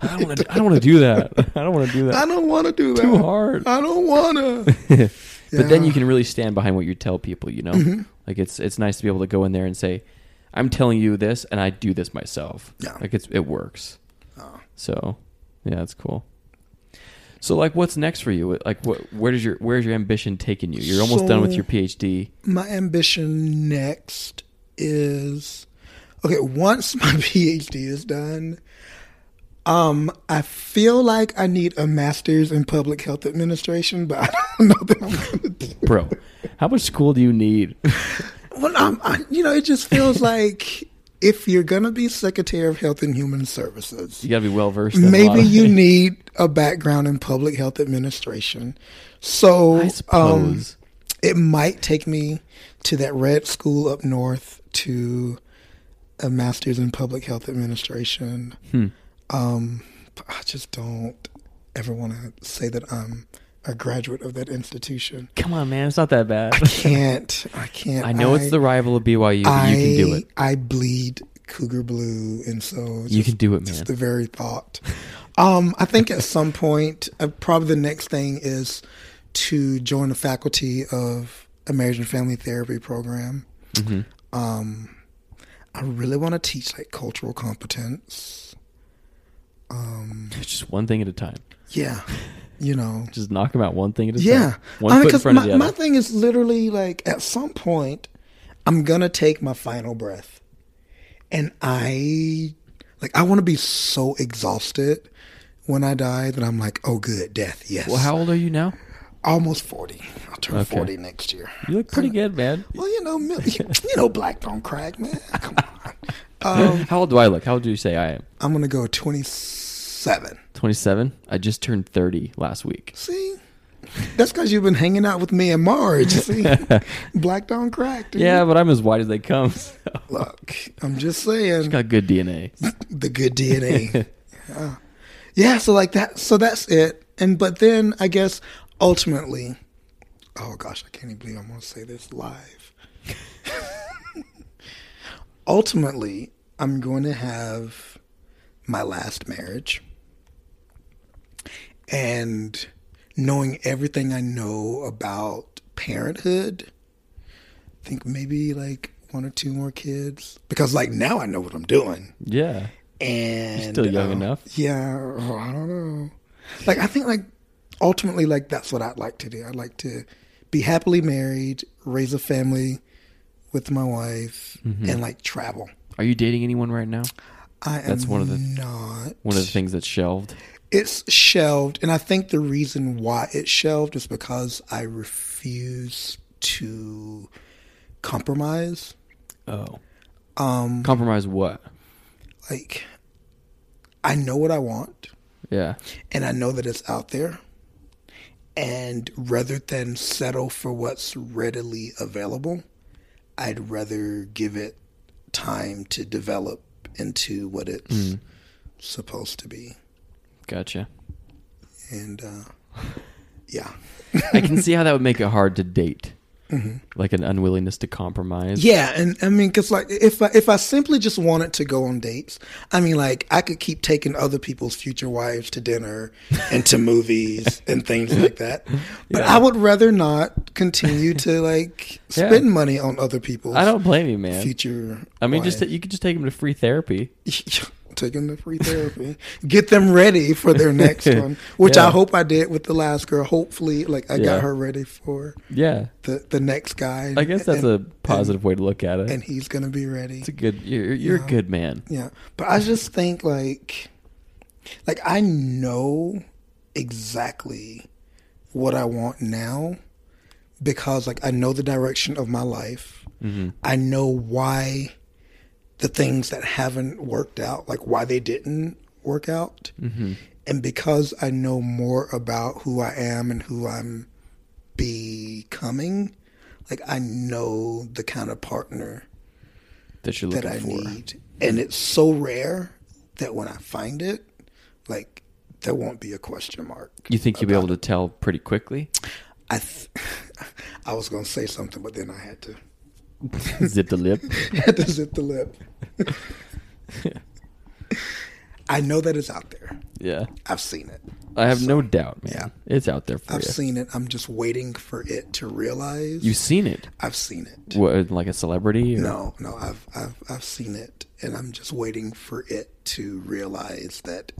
I don't want to. I don't want to do that. I don't want to do that. I don't want to do that. Too hard. I don't want to. But then you can really stand behind what you tell people. You know, Mm-hmm. like it's it's nice to be able to go in there and say, "I'm telling you this, and I do this myself." Yeah. Oh. Like it's it works. So, yeah, that's cool. So, like, what's next for you? Like, what where does your where's your ambition taking you? You're almost done with So- your PhD. my ambition next is okay once my phd is done um i feel like i need a master's in public health administration but i don't know that i'm gonna do Bro, how much school do you need? well I'm, I, you know it just feels like if you're gonna be secretary of health and human services You got to be well versed. maybe you need a background in public health administration so I um suppose. it might take me to that red school up north to a master's in public health Hmm. administration. Um, but I just don't ever want to say that I'm a graduate of that institution. Come on, man. It's not that bad. I can't. I can't. I know it's the rival of BYU, but I, you can do it. I bleed cougar blue, and so You can do it, Just man. the very thought. Um, I think at some point, uh, probably the next thing is to join the faculty of American Family Therapy program. Mhm. Um, I really want to teach like cultural competence. Um, Just one thing at a time. yeah, you know, Just knock them out one thing at a yeah. time. One foot in Because front my, of the other. my thing is literally like at some point, I'm gonna take my final breath, and I like I want to be so exhausted when I die that I'm like, oh, good, death, yes. well, how old are you now? Almost forty. I'll turn Okay. forty next year. You look pretty good, man. Well, you know, mil- you know, black don't crack, man. Come on. Um, how old do I look? How old do you say I am? I'm gonna go twenty-seven. 27. I just turned 30 last week. See, that's because you've been hanging out with me and Marge. See, black don't crack. Dude. Yeah, but I'm as white as they come. So. Look, I'm just saying Got good DNA. the good DNA. yeah. yeah, so like that so that's it. And but then I guess ultimately oh gosh, I can't even believe I'm gonna say this live. ultimately, I'm going to have my last marriage. And knowing everything I know about parenthood, I think maybe like one or two more kids. Because like now I know what I'm doing Yeah. and um, still young enough. Yeah, oh, I don't know. Like I think like ultimately like that's what I'd like to do. I'd like to be happily married, raise a family with my wife, Mm-hmm. and like travel. Are you dating anyone right now? I am That's one of the- not One of the things that's shelved. it's shelved, and I think the reason why it's shelved is because I refuse to compromise. Oh. Um, Compromise what? like I know what I want. Yeah. and I know that it's out there. And rather than settle for what's readily available, I'd rather give it time to develop into what it's supposed to be. Gotcha. And uh, yeah, I can see how that would make it hard to date. Like an unwillingness to compromise. Mm-hmm. yeah, and I mean, because like if I, if I simply just wanted to go on dates, I mean, like I could keep taking other people's future wives to dinner and to movies and things like that. But Yeah. I would rather not continue to like Yeah. spend money on other people's. I don't blame you, man. future. I mean, just wife. you could just take him to free therapy. take them to free therapy, get them ready for their next one, which Yeah. I hope I did with the last girl. Hopefully, like I Yeah. got her ready for Yeah, the the next guy. I guess that's and, a positive way to look at it. and he's gonna be ready. it's a good. You're, you're a Yeah. good man. Yeah, but I just think like, like I know exactly what I want now because like I know the direction of my life. I know why the things that haven't worked out, like why they didn't work out, Mm-hmm. and because I know more about who I am and who I'm becoming. Like I know the kind of partner That you're that looking I for. need. And it's so rare that when I find it, like there won't be a question mark. You think you'll be able to tell pretty quickly? I th- I was going to say something but then I had to Zip the lip. had to zip the lip. I know that it's out there. Yeah, I've seen it. I have no doubt, man. It's out there for I've you. seen it. I'm just waiting for it to realize You've seen it. I've seen it. What, like a celebrity? Or? No, no, I've I've I've seen it and I'm just waiting for it to realize that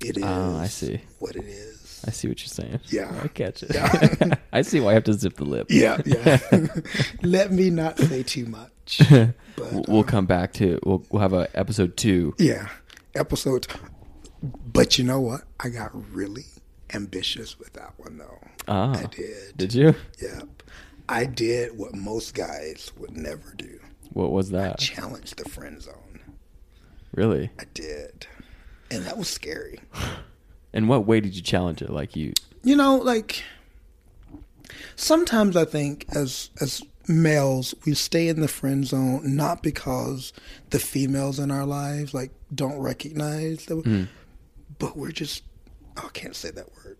it is Oh, I see. what it is. I see what you're saying. Yeah. I catch it. Yeah. I see why I have to zip the lip. Yeah, yeah. Let me not say too much. We'll- But uh, We'll come back to. We'll, we'll have a episode two. yeah, episode. But you know what? I got really ambitious with that one though. Ah, I did. Did you? Yep. I did what most guys would never do. What was that? Challenge the friend zone. Really? I did. And that was scary. In what way did you challenge it? Like you? you know like sometimes i think as as males we stay in the friend zone not because the females in our lives like don't recognize that but we're just oh, i can't say that word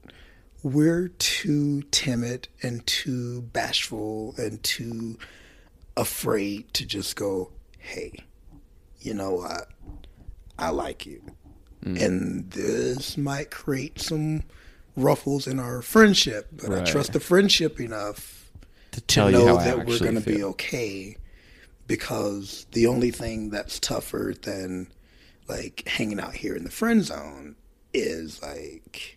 we're too timid and too bashful and too afraid to just go, hey, you know what? I like you. And this might create some ruffles in our friendship, but I Right. trust the friendship enough to to tell you know how I that we're actually going to feel. be okay because the only thing that's tougher than like hanging out here in the friend zone is like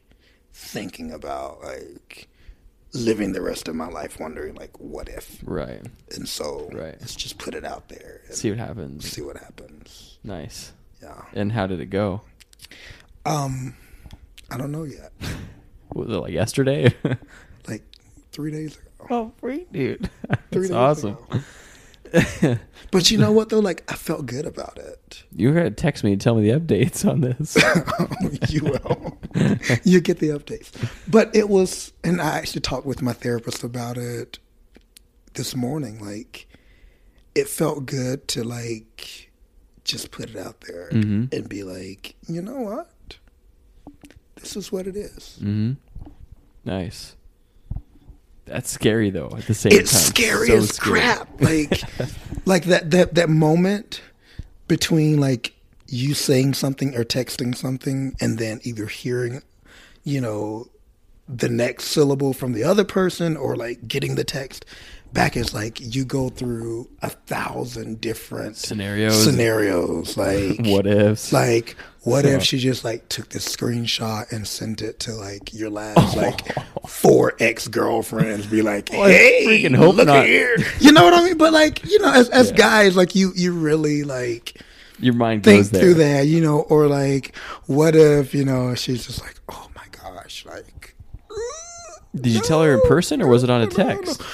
thinking about like living the rest of my life wondering like what if right. and so Right. let's just put it out there and See what happens. see what happens Nice. yeah And how did it go? um i don't know yet Was it like yesterday? like three days ago oh, great, dude. That's Three days awesome. But you know what though? Like I felt good about it. you gotta text me and tell me the updates on this. you will. you get the updates. But it was, and I actually talked with my therapist about it this morning. Like it felt good to like just put it out there Mhm. and be like, you know what? This is what it is. hmm Nice. That's scary though. At the same It's time, scary So as crap. Like, like that that that moment between like you saying something or texting something, and then either hearing, you know, the next syllable from the other person, or like getting the text back is like you go through a thousand different Scenarios. Scenarios like What ifs? Like, what Yeah. if she just like took this screenshot and sent it to like your last like four ex girlfriends? Be like, Oh. I hey, freaking hope look not." here. You know what I mean? But like, you know, as as guys, like you you really like Your mind think goes there. through that, you know, or like, what if you know she's just like, oh my gosh, like. Did you tell her in person or was it on a text? Ah.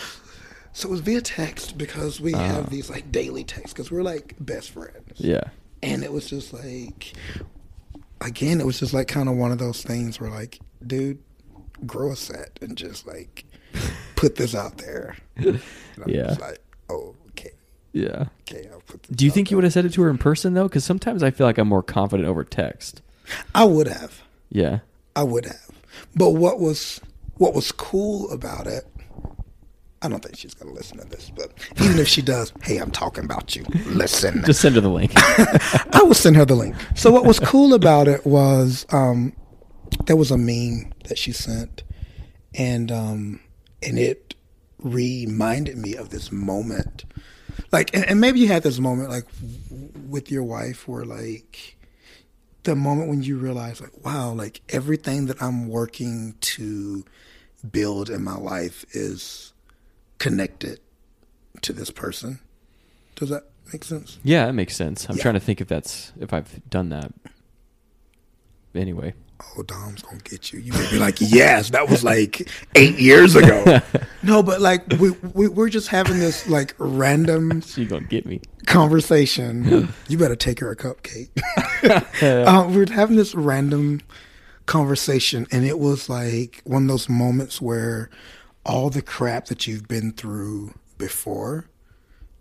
So it was via text because we have these like daily texts because we're like best friends Yeah. and it was just like again it was just like kind of one of those things where like dude grow a set and just like put this out there And I'm Yeah. just like oh, okay Yeah. okay i'll put this Do you out think you would have said it to her in person though? Because sometimes I feel like I'm more confident over text. there. i would have Yeah. i would have but what was what was cool about it i don't think she's gonna listen to this but even if she does hey i'm talking about you listen Just send her the link. I will send her the link. So what was cool about it was um, there was a meme that she sent, and um, and it reminded me of this moment, like and, and maybe you had this moment like w- with your wife where like the moment when you realize like wow like everything that I'm working to build in my life is connected to this person. Does that make sense? yeah, that makes sense. I'm Yeah. trying to think if that's if I've done that. Anyway. oh, Dom's gonna get you. You would be like, yes, that was like eight years ago. no, but like we, we we're just having this like random She gonna get me. conversation. you better take her a cupcake. uh, we we're having this random conversation, and it was like one of those moments where all the crap that you've been through before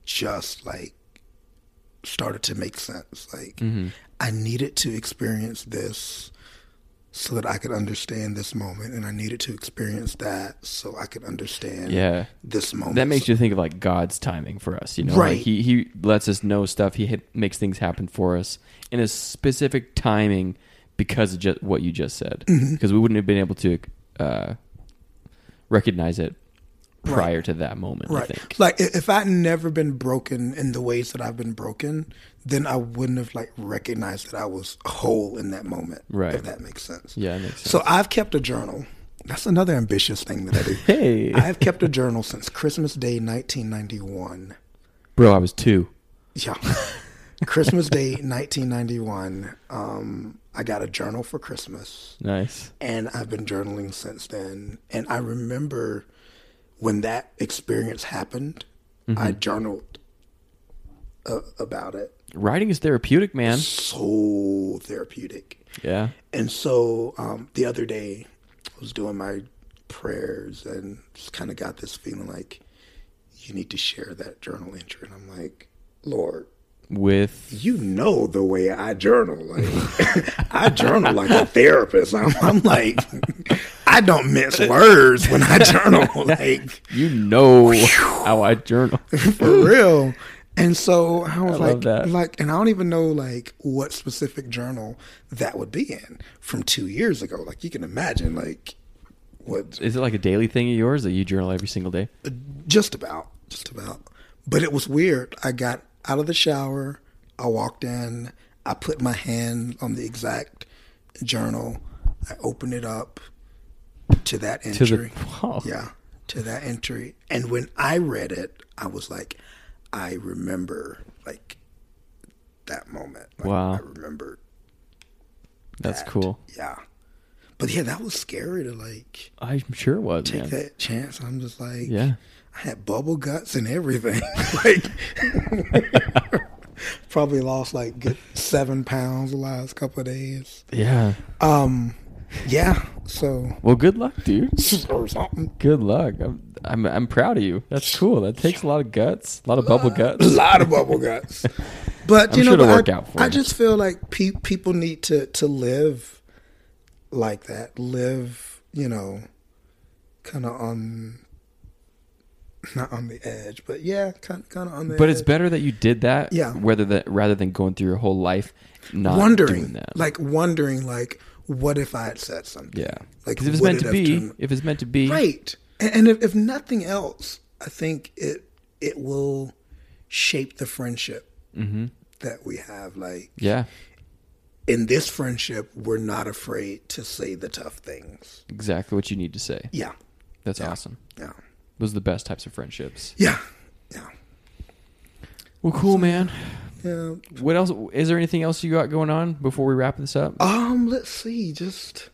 just like started to make sense. Like, Mm-hmm. I needed to experience this so that I could understand this moment, and I needed to experience that so I could understand Yeah. this moment. That makes you think of like God's timing for us, you know. Right. Like he he lets us know stuff. He hit, makes things happen for us in a specific timing because of just what you just said. Mm-hmm. Because we wouldn't have been able to uh, recognize it prior to that moment. I think. Like i- if I'd never been broken in the ways that I've been broken, then I wouldn't have like recognized that I was whole in that moment. Right. If that makes sense. Yeah, that makes sense. So I've kept a journal. That's another ambitious thing that I do. Hey, I've kept a journal since Christmas Day 1991. bro, I was two. Yeah. Christmas Day 1991. Um, I got a journal for Christmas Nice. and I've been journaling since then. And I remember when that experience happened, I journaled uh, about it. Writing is therapeutic, man. So therapeutic. Yeah. And so um, the other day, I was doing my prayers and just kind of got this feeling like, you need to share that journal entry. And I'm like, Lord, With you know the way I journal. Like I journal like a therapist. I'm, I'm like, I I don't mince words when I journal. Like You know how I journal. for real. And so I was love like, that. like, and I don't even know like what specific journal that would be in from two years ago. Like you can imagine, like what Is it like a daily thing of yours that you journal every single day? just about, just about. But it was weird. I got out of the shower. I walked in. I put my hand on the exact journal. I opened it up to that To entry. the wow. Yeah, to that entry. And when I read it, I was like, I remember like that moment. Like, Wow. I remembered. That's that. cool. Yeah. But yeah, that was scary to like I'm sure it was. take man. that chance. I'm just like, Yeah. I had bubble guts and everything. like, probably lost like good seven pounds the last couple of days. Yeah. Um, yeah. So Well, good luck, dude. or something. Good luck. I'm, I'm I'm proud of you. That's cool. That takes a lot of guts, a lot of bubble a guts. lot of bubble guts. But I'm you know, sure it'll but work I, out for I you. just feel like pe- people need to to live like that. Live, you know, kind of on not on the edge, but yeah, kind kind of on the. But it's edge. better that you did that, Yeah. Whether that rather than going through your whole life not doing wondering, that, like wondering, like what if I had said something? yeah, like because if it's would meant it to have be, turned- if it's meant to be, right? And, and if, if nothing else, I think it it will shape the friendship that we have. Like, mm-hmm. Yeah, in this friendship, we're not afraid to say the tough things. exactly what you need to say. Yeah. That's awesome. Yeah. Those are the best types of friendships. Yeah. Yeah. Well, cool, man. Yeah. What else? Is there anything else you got going on before we wrap this up? Um, let's see. Just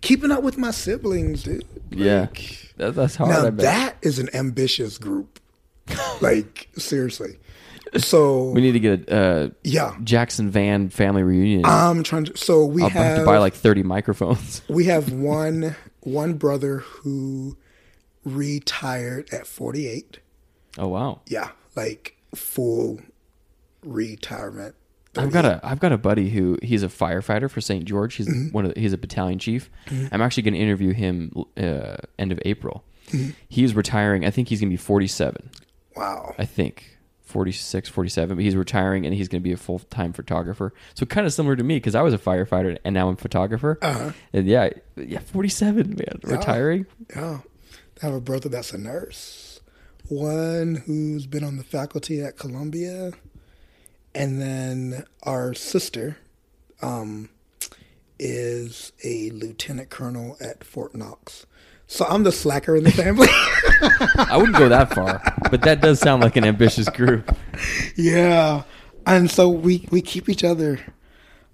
keeping up with my siblings, dude. yeah, Like, that, that's hard. now I bet. that is an ambitious group. like, seriously. So we need to get a uh, yeah. Jackson Van family reunion. I'm trying to so we I'll have, have to buy like thirty microphones. we have one one brother who retired at forty eight. Oh wow. Yeah. Like full retirement. I've got a I've got a buddy who he's a firefighter for St. George. He's one of the, he's a battalion chief. I'm actually going to interview him uh, end of April. He's retiring. I think he's going to be 47. Wow. I think 46, 47, but he's retiring and he's going to be a full-time photographer. So kind of similar to me cuz I was a firefighter and now I'm a photographer. Uh-huh. And yeah, yeah, 47, man. Retiring? Yeah. I have a brother that's a nurse, one who's been on the faculty at Columbia, and then our sister um, is a lieutenant colonel at Fort Knox. So I'm the slacker in the family. I wouldn't go that far, but that does sound like an ambitious group. yeah. And so we, we keep each other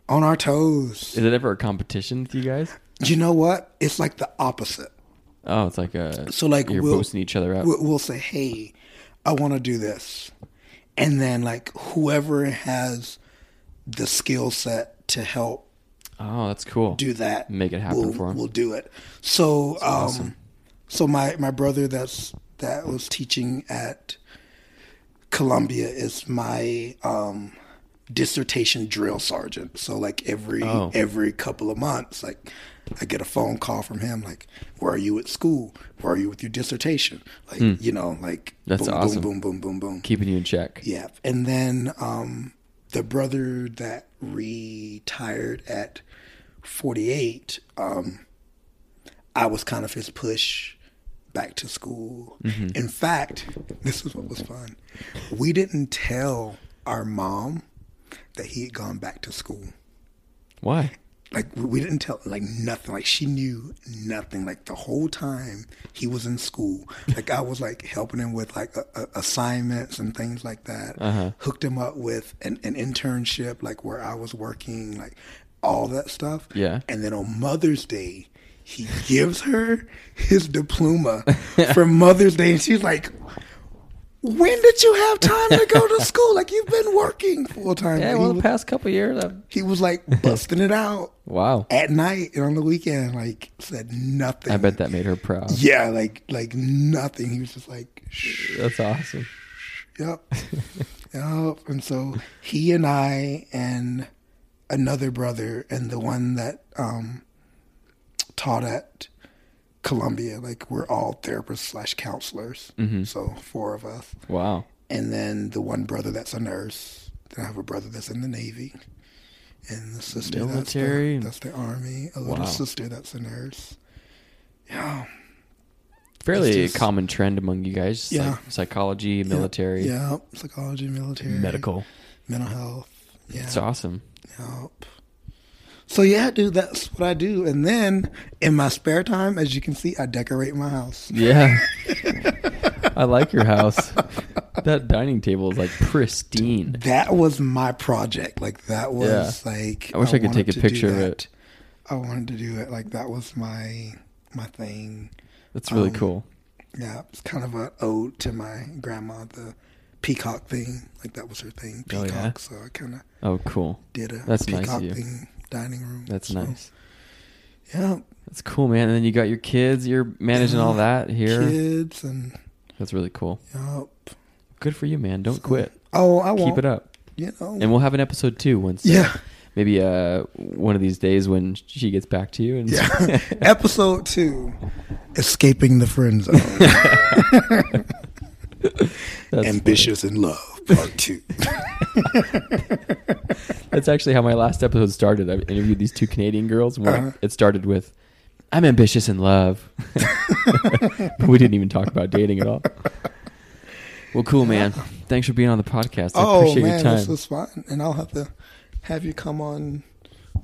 on our toes. Is it ever a competition with you guys? You know what? It's like the opposite. Oh, it's like a So like you're we'll- boosting each other up. we'll, we'll say, "Hey, I want to do this," and then like whoever has the skill set to help Oh, that's cool. do that, Make it happen we'll, for 'em. We'll do it. So, um, so my my brother that's that was teaching at Columbia is my um, dissertation drill sergeant. So like every Oh. every couple of months, like I get a phone call from him, like, "Where are you at school? Where are you with your dissertation?" Like you know, like Hmm. That's boom, awesome. boom, boom, boom, boom, boom. Keeping you in check. Yeah, and then um, the brother that retired at 48, um, I was kind of his push back to school. In fact, this is what was fun. We didn't tell our mom that he had gone back to school. Why? Like we- we didn't tell like nothing. Like she knew nothing. Like the whole time he was in school. Like I was like helping him with like a, a- assignments and things like that. Uh-huh. Hooked him up with an, an internship, like where I was working, like all that stuff. Yeah. And then on Mother's Day, he gives her his diploma for Mother's Day, and she's like. When did you have time to go to school? Like you've been working full time. Yeah, He well, the was- past couple years. I've... he was like busting it out Wow. at night and on the weekend, like said nothing. I bet that made her proud. Yeah, like like nothing. He was just like, Shh, That's awesome. yep, yep. And so he and I and another brother and the one that um, taught at Columbia, like we're all therapists slash counselors. Mm-hmm. So four of us, Wow. and then the one brother that's a nurse. Then I have a brother that's in the navy, and the sister Military. That's, the, that's the army. A little Wow. sister that's a nurse. Yeah, Fairly just- common trend among you guys. psy- Yeah. psychology, military, Yeah, psychology, military, medical. mental health. Yeah. It's awesome. Yep. So yeah, dude, that's what I do. And then in my spare time, as you can see, I decorate my house. Yeah. I like your house. That dining table is like pristine. That was my project. Like that was Yeah. like I wish I could wanted take a to do picture of that. it. I wanted to do it. Like that was my my thing. That's really Um, cool. Yeah, it's kind of an ode to my grandma, the peacock thing. Like that was her thing, Oh, yeah? peacock. So I kind of Oh, cool. did a That's nice of peacock you. thing dining room. That's So, nice. Yeah, That's cool, man. And then you got your kids. You're managing all that here. kids and That's really cool. yep. Good for you, man. Don't quit. Oh, I won't. Keep it up. You know. And we'll have an episode two once. uh, yeah. maybe uh, one of these days when she gets back to you. And Yeah. Episode two Escaping the Friend Zone. that's, Ambitious in Love, Part Two. that's actually how my last episode started. I interviewed these two Canadian girls, and one- Uh-huh. it started with, "I'm ambitious in love." we didn't even talk about dating at all. Well, cool, man. Thanks for being on the podcast. I oh, appreciate your man, time. this was fun. And I'll have to have you come on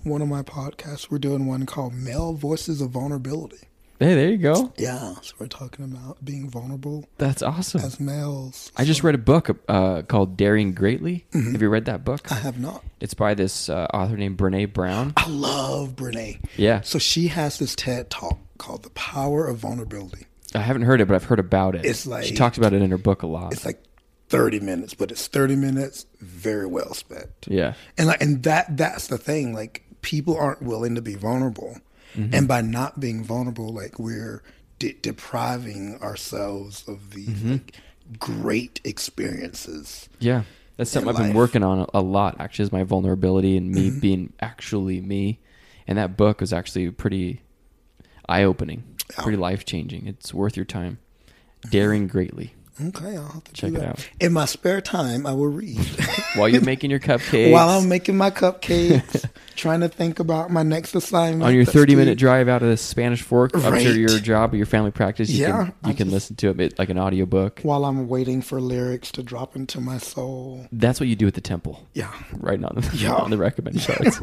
one of my podcasts. We're doing one called Male Voices of Vulnerability. hey, there you go. Yeah. So we're talking about being vulnerable That's awesome. as males. I just So- read a book uh, called Daring Greatly. Mm-hmm. Have you read that book? I have not. It's by this uh, author named Brene Brown. I love Brene. Yeah, So she has this TED talk called The Power of Vulnerability. I haven't heard it, but I've heard about it. It's like- she talks about it in her book a lot. It's like 30 minutes, but it's 30 minutes very well spent. Yeah, and like, and that that's the thing like people aren't willing to be vulnerable and by not being vulnerable like we're de- depriving ourselves of these like, great experiences yeah. That's something I've life. Mm-hmm. been working on a, a lot. Actually, is my vulnerability and me being actually me. And that book was actually pretty eye opening, Yeah. pretty life changing. It's worth your time. Daring greatly okay i'll have to Check do it that. out. in my spare time i will read while you're making your cupcakes. while i'm making my cupcakes trying to think about my next assignment on your that's 30 minute due. drive out of the Spanish Fork up Right. to your job or your family practice, you Yeah, can, you I can just- listen to it like an audiobook. while i'm waiting for lyrics to drop into my soul That's what you do at the temple. yeah Right on the, Yeah. on the recommend cards.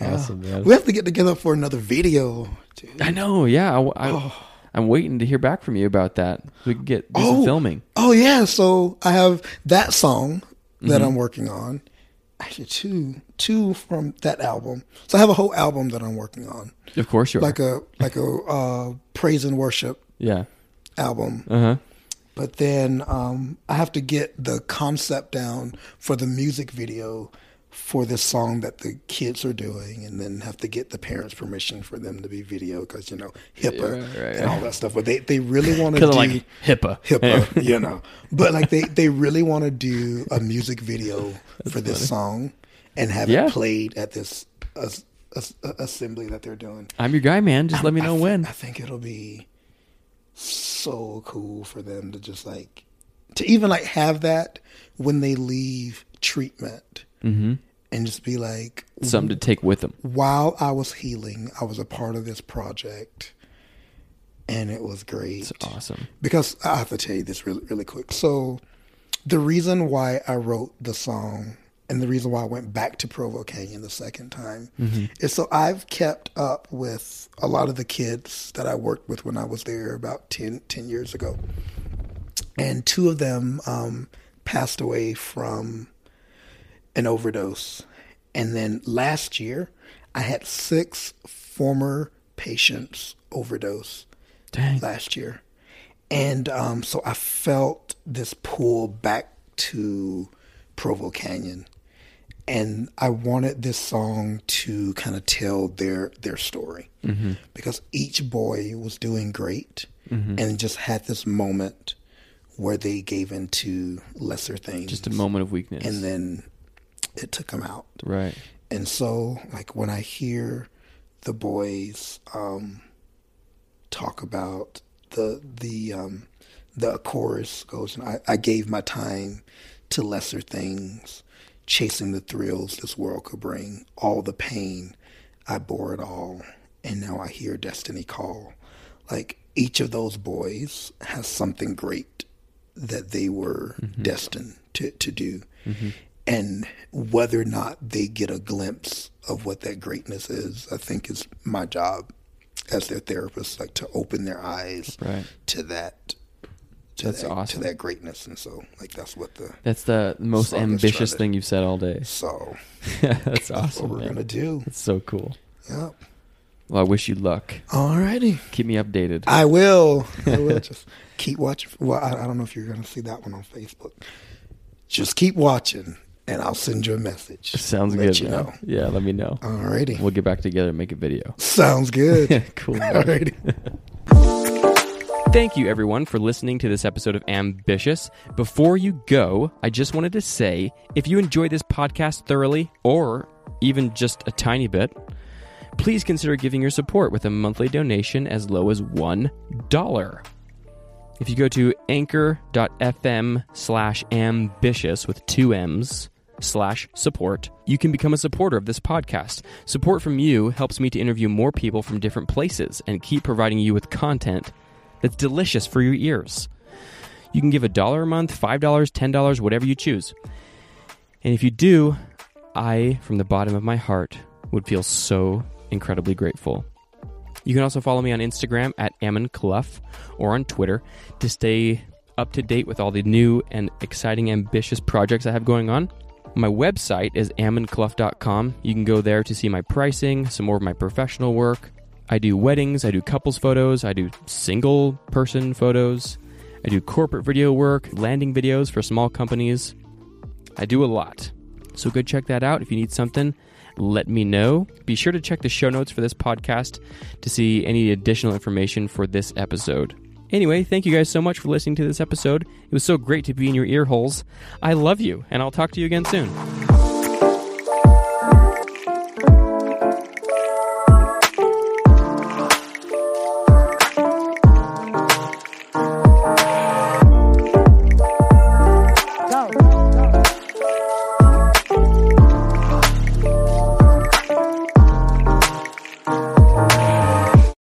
Awesome, man. we have to get together for another video dude. I know. Yeah. I, am waiting to hear back from you about that. We can get do some filming. Oh. Oh yeah, so I have that song that Mm-hmm. I'm working on. Actually, two, two from that album. So I have a whole album that I'm working on, Of course you are. like a like a uh, praise and worship yeah. album. Uh huh. But then um, I have to get the concept down for the music video for this song that the kids are doing, and then have to get the parents' permission for them to be video because you know HIPAA right, right, and all that stuff. But they they really want to do Because like HIPAA. HIPAA, you know. But like they, they really want to do a music video for this song and have Yeah. it played at this uh, uh, assembly that they're doing. I'm your guy, man. Just let me I know thi- when. I think it'll be so cool for them to just like to even like have that when they leave treatment Mm-hmm. and just be like, Something to take with them. while I was healing, I was a part of this project, and it was great It's awesome. because I have to tell you this really, really quick. So, the reason why I wrote the song and the reason why I went back to Provo Canyon the second time is so I've kept up with a lot of the kids that I worked with when I was there about 10, 10 years ago. And two of them um, passed away from an overdose. And then last year, I had six former patients overdose Dang. last year. And um, so I felt this pull back to Provo Canyon. And I wanted this song to kind of tell their their story Mm-hmm. because each boy was doing great Mm-hmm. and just had this moment where they gave into lesser things. Just a moment of weakness. and then it took them out. right. And so, like, when I hear the boys um, talk about the the um, the chorus goes, I, I gave my time to lesser things, chasing the thrills this world could bring, all the pain, I bore it all, and now I hear destiny call. Like each of those boys has something great that they were Mm-hmm. destined to, to do. And whether or not they get a glimpse of what that greatness is, I think is my job as their therapist, like to open their eyes Right. to that to That's that, awesome. to that greatness and so like that's what the That's the most So I just tried ambitious to- thing you've said all day. so That's that's what awesome. we're man. gonna do That's so cool. yep Well, I wish you luck. alrighty Keep me updated. i will i will just keep watching well I, I don't know if you're gonna see that one on facebook just keep watching and i'll send you a message Sounds Let good. you man. know Yeah, let me know. alrighty We'll get back together and make a video. sounds good cool. man. alrighty Thank you, everyone, for listening to this episode of Ambitious. Before you go, I just wanted to say if you enjoy this podcast thoroughly, or even just a tiny bit, please consider giving your support with a monthly donation as low as $1. If you go to anchor.fm slash ambitious with two M's slash support, you can become a supporter of this podcast. Support from you helps me to interview more people from different places and keep providing you with content that's delicious for your ears. You can give a dollar a month, $5, $10, whatever you choose. And if you do, I, from the bottom of my heart, would feel so incredibly grateful. You can also follow me on Instagram at Ammon Clough or on Twitter to stay up to date with all the new and exciting, ambitious projects I have going on. My website is ammonclough.com. You can go there to see my pricing, some more of my professional work. I do weddings, I do couples photos, I do single person photos, I do corporate video work, landing videos for small companies. I do a lot. So go check that out. If you need something, let me know. Be sure to check the show notes for this podcast to see any additional information for this episode. Anyway, thank you guys so much for listening to this episode. It was so great to be in your ear holes. I love you, and I'll talk to you again soon.